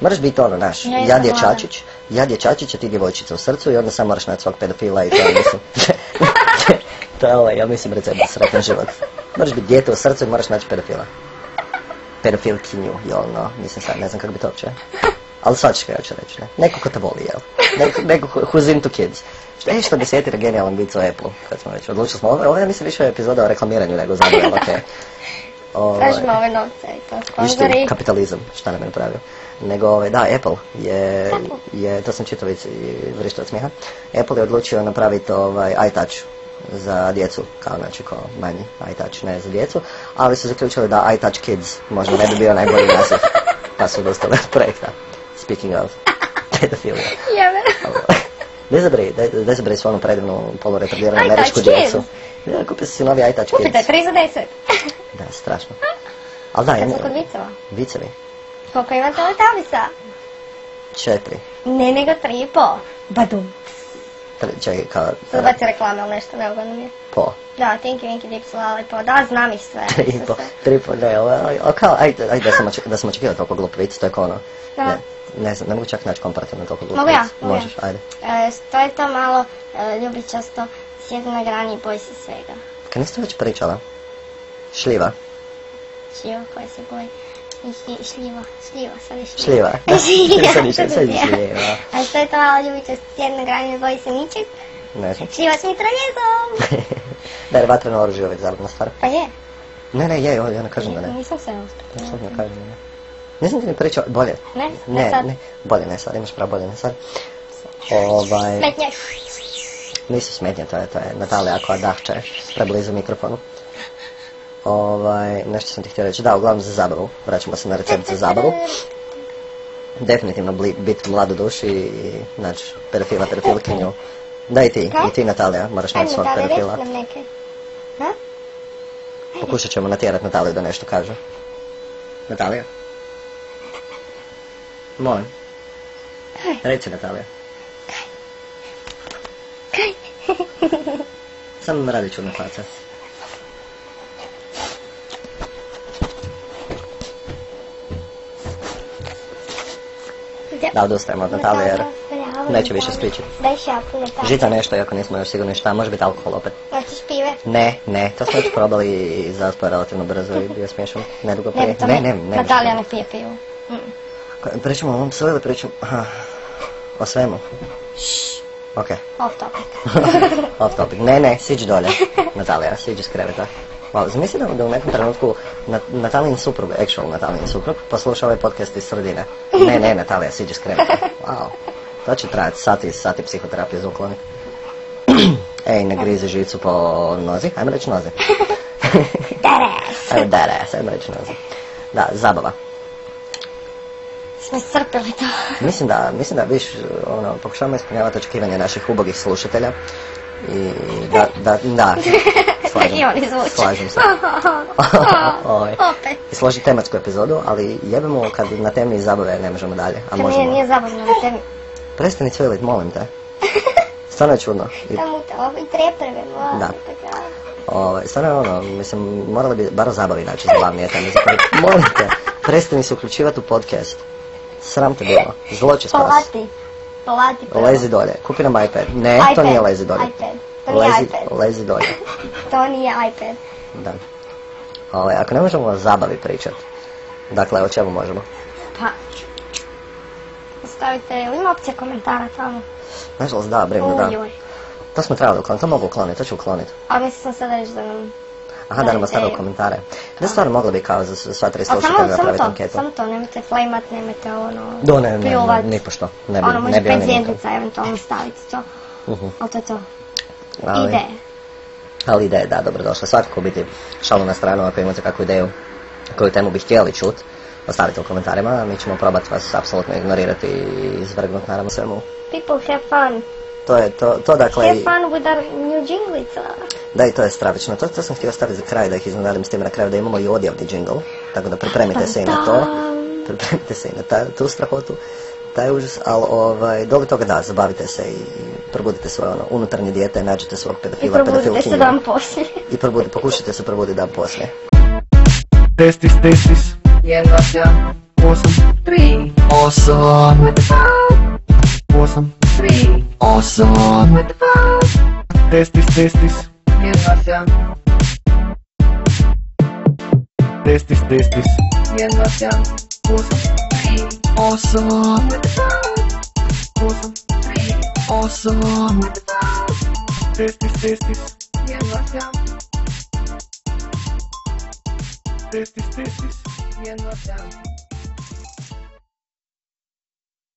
S3: moraš biti ono naš,
S4: Ja
S3: ja,
S4: jesam
S3: dječačić, ja dječačić, a ti djevojčica u srcu i onda sam moraš naći svog pedofila i to je, mislim, to je ovaj, ja mislim recept za sretan život. Moraš biti dijete u srcu i moraš naći pedofila pedofilkinju, jel no, mislim sad, ne znam kako bi to uopće. Ali sad ćeš ja ću reći, ne? Neko ko te voli, jel? Neko, neko ko- who's into kids. Šta je što bi sjetila genijalan bic o Apple, kad smo već odlučili smo, ovo, ovo je mislim više epizoda o reklamiranju nego za ali okej. Ovaj,
S4: Tražimo ove novce i to
S3: viš ti,
S4: sponzori.
S3: kapitalizam, šta nam je napravio. Nego, ovaj, da, Apple je, je to sam čitao već i vrištao od smijeha, Apple je odlučio napraviti ovaj, iTouch za djecu, kao znači kao manji iTouch, ne za djecu, ali su zaključili da iTouch Kids možda ne bi bio najbolji naziv, pa su odustali od projekta. Speaking of pedofilija.
S4: Jebe.
S3: Ne zabri, daj, daj zabri svoju predivnu poluretardiranu
S4: iTouch
S3: američku
S4: Kids.
S3: djecu. Ja, kupi si novi iTouch
S4: Kupite,
S3: Kids.
S4: 3 za 10.
S3: Da, strašno. Ali da,
S4: Kad
S3: jedno,
S4: su kod viceva.
S3: vicevi.
S4: Koliko ima teletabisa?
S3: Četiri.
S4: Ne, nego 3 i pol. Badum.
S3: Tre, čekaj, kao...
S4: Sad baci reklame ili nešto, neugodno mi je.
S3: Po.
S4: Da, Tinky Winky Dipsy Lollipop, da, znam ih sve.
S3: Tri i
S4: sve,
S3: po.
S4: sve.
S3: Tri i po, ne, ovo, a kao, ajde, ajde, da sam, oček, da sam očekivao toliko glup vic, to je kao ono...
S4: Da.
S3: Ne, ne znam, ne mogu čak naći komparativno toliko glup
S4: Mogu ja?
S3: vic.
S4: Mogu ja.
S3: Možeš, ajde.
S4: E, što je to malo e, ljubičasto, sjedi na grani i boj se svega.
S3: Kaj niste već pričala? Šljiva.
S4: Šljiva koja se boji. I šlji- Šljiva, šljiva, sad je šljiva.
S3: Šljiva. Da,
S4: Šljiva,
S3: sad je
S4: sad je
S3: šljiva.
S4: A što je to malo ljubičasto, sjedi na grani i boji se ničeg?
S3: Ne znam.
S4: Šljiva s mitraljezom!
S3: da, jer vatreno oružje je uvijek zabavna stvar.
S4: Pa je,
S3: Ne, ne, je, ja ne kažem da ne.
S4: nisam se
S3: Ja
S4: uspjela.
S3: sad ne kažem da ne. Nisam ti ni pričao, bolje.
S4: Ne, ne
S3: Ne,
S4: sad.
S3: ne, bolje ne sad, imaš pravo bolje ne sad. Ovaj,
S4: Smetnja.
S3: nisu smetnje, to je, to je Natalija koja dahče preblizu mikrofonu. Ovaj, nešto sam ti htio reći, da, uglavnom za zabavu, vraćamo se na recept za zabavu. Definitivno bli, bit mlado duši i naći pedofila, pedofilkinju. Da i ti, i ti Natalija, moraš naći
S4: Ajde,
S3: svog
S4: Natalija,
S3: pedofila.
S4: reći nam neke. Ha?
S3: Pokušat ćemo natjerati Nataliju da nešto kaže. Natalija? Molim. Reci Natalija.
S4: Kaj?
S3: Samo radi čudna faca. Da, odustajemo od Natalije jer
S4: bravo,
S3: neće više
S4: Natalija.
S3: stići.
S4: Daj šapu, Natalija.
S3: žita nešto, iako nismo još sigurni šta, može biti alkohol opet.
S4: Hoćeš pive?
S3: Ne, ne, to smo već probali i zaspao je relativno brzo i bio smiješan. Nedugo prije.
S4: to
S3: Ne, ne, ne.
S4: Natalija ne pije pivu. Mm.
S3: Ko- Pričamo o ovom psu ili pričamo... aha, O svemu? Ok,
S4: Off topic.
S3: off topic. Ne, ne, siđi dolje, Natalija, siđi iz kreveta. Wow, zamisli da, da u nekom trenutku Nat, Natalijin suprug, actual Natalijin suprug, posluša ovaj podcast iz sredine. Ne, ne, Natalija, siđi iz kreveta. Wow, to će trajati sati, sati psihoterapije za ukloni. Ej, ne grizi žicu po nozi, ajmo reći nozi.
S4: Teres!
S3: Ajmo da, da, ajmo reći nozi. Da, zabava.
S4: Smo iscrpili to.
S3: Mislim da, mislim da viš, ono, pokušavamo ispunjavati očekivanja naših ubogih slušatelja. I da, da, da, slažem,
S4: I oni zvuče.
S3: slažem se. Oj.
S4: Opet.
S3: I složi tematsku epizodu, ali jebemo kad na temi zabave ne možemo dalje, a
S4: Kad nije,
S3: možemo.
S4: nije zabavno na temi.
S3: Prestani cvilit, molim te. Stvarno je čudno. I,
S4: Samo to, ovo i treprve, molim.
S3: E, Da.
S4: te, da.
S3: ovaj, stvarno je ono, mislim, morali bi bar o zabavi naći zabavnije teme. za koje- Molim te, prestani se uključivati u podcast. Sram te bilo, zlo će spas.
S4: Polati. Polati prvo.
S3: Lezi dolje, kupi nam iPad. Ne, to
S4: iPad,
S3: nije lezi dolje.
S4: iPad. To nije
S3: Lezi-
S4: iPad.
S3: Lezi dolje.
S4: To nije iPad.
S3: Da. Ovaj, ako ne možemo o zabavi pričat, dakle, o čemu možemo?
S4: Pa. Stavite, jel ima opcija komentara tamo?
S3: Nažalost, da, brinu, da.
S4: Ujuj.
S3: To smo trebali ukloniti, to mogu ukloniti, to ću ukloniti.
S4: A mislila sam sad reći da nam...
S3: Aha, da nam ostave u komentare. Da stvar mogli bi kao za s- sva tri
S4: A samo,
S3: slušatelja
S4: samo
S3: napraviti
S4: to,
S3: anketu.
S4: samo to, nemojte flajmat, nemojte ono...
S3: Do, ne, ne, ne,
S4: pljuvat.
S3: nipošto. Ne bi,
S4: ono,
S3: ne
S4: može
S3: bi
S4: pet
S3: oni nikad.
S4: zvijezdica eventualno staviti to.
S3: Mhm,
S4: Ali to je to.
S3: ali-
S4: Ide.
S3: Ali ideje, da, dobrodošla. Svakako biti šalu na stranu ako imate kakvu ideju koju temu bi htjeli čut, ostavite u komentarima, a mi ćemo probati vas apsolutno ignorirati i izvrgnuti naravno svemu.
S4: People have fun.
S3: To je to, to dakle,
S4: Have
S3: i-
S4: fun with our new jinglica.
S3: da i to je stravično. To, to sam htio staviti za kraj, da ih iznenadim s tim na kraju, da imamo i odjavni jingle, tako da
S4: Pa
S3: pripremite se i na to,
S4: Tam-tam.
S3: pripremite se i na ta, tu strahotu, taj užas, ali ovaj, doli toga da, zabavite se i probudite svoje ono, unutarnje dijete, nađite svog
S4: I
S3: pedofila,
S4: probudite se
S3: pedofilkinju
S4: dan poslije.
S3: i probudi, pokušajte se probuditi dan poslije.
S5: Testis, testis.
S1: Jedna, dva,
S5: Osam,
S1: tri, osam, dva,
S5: osam.
S1: tri, osam, dva,
S5: Testis, testis.
S1: jedna, dva,
S5: Testis, testis.
S1: jedna, dva,
S5: Osam,
S1: tri, osam, dva,
S5: osam.
S1: tri, osam, dva,
S5: Testis, testis.
S1: jedna, dva,
S5: Testis, testis.
S1: jedna, dva.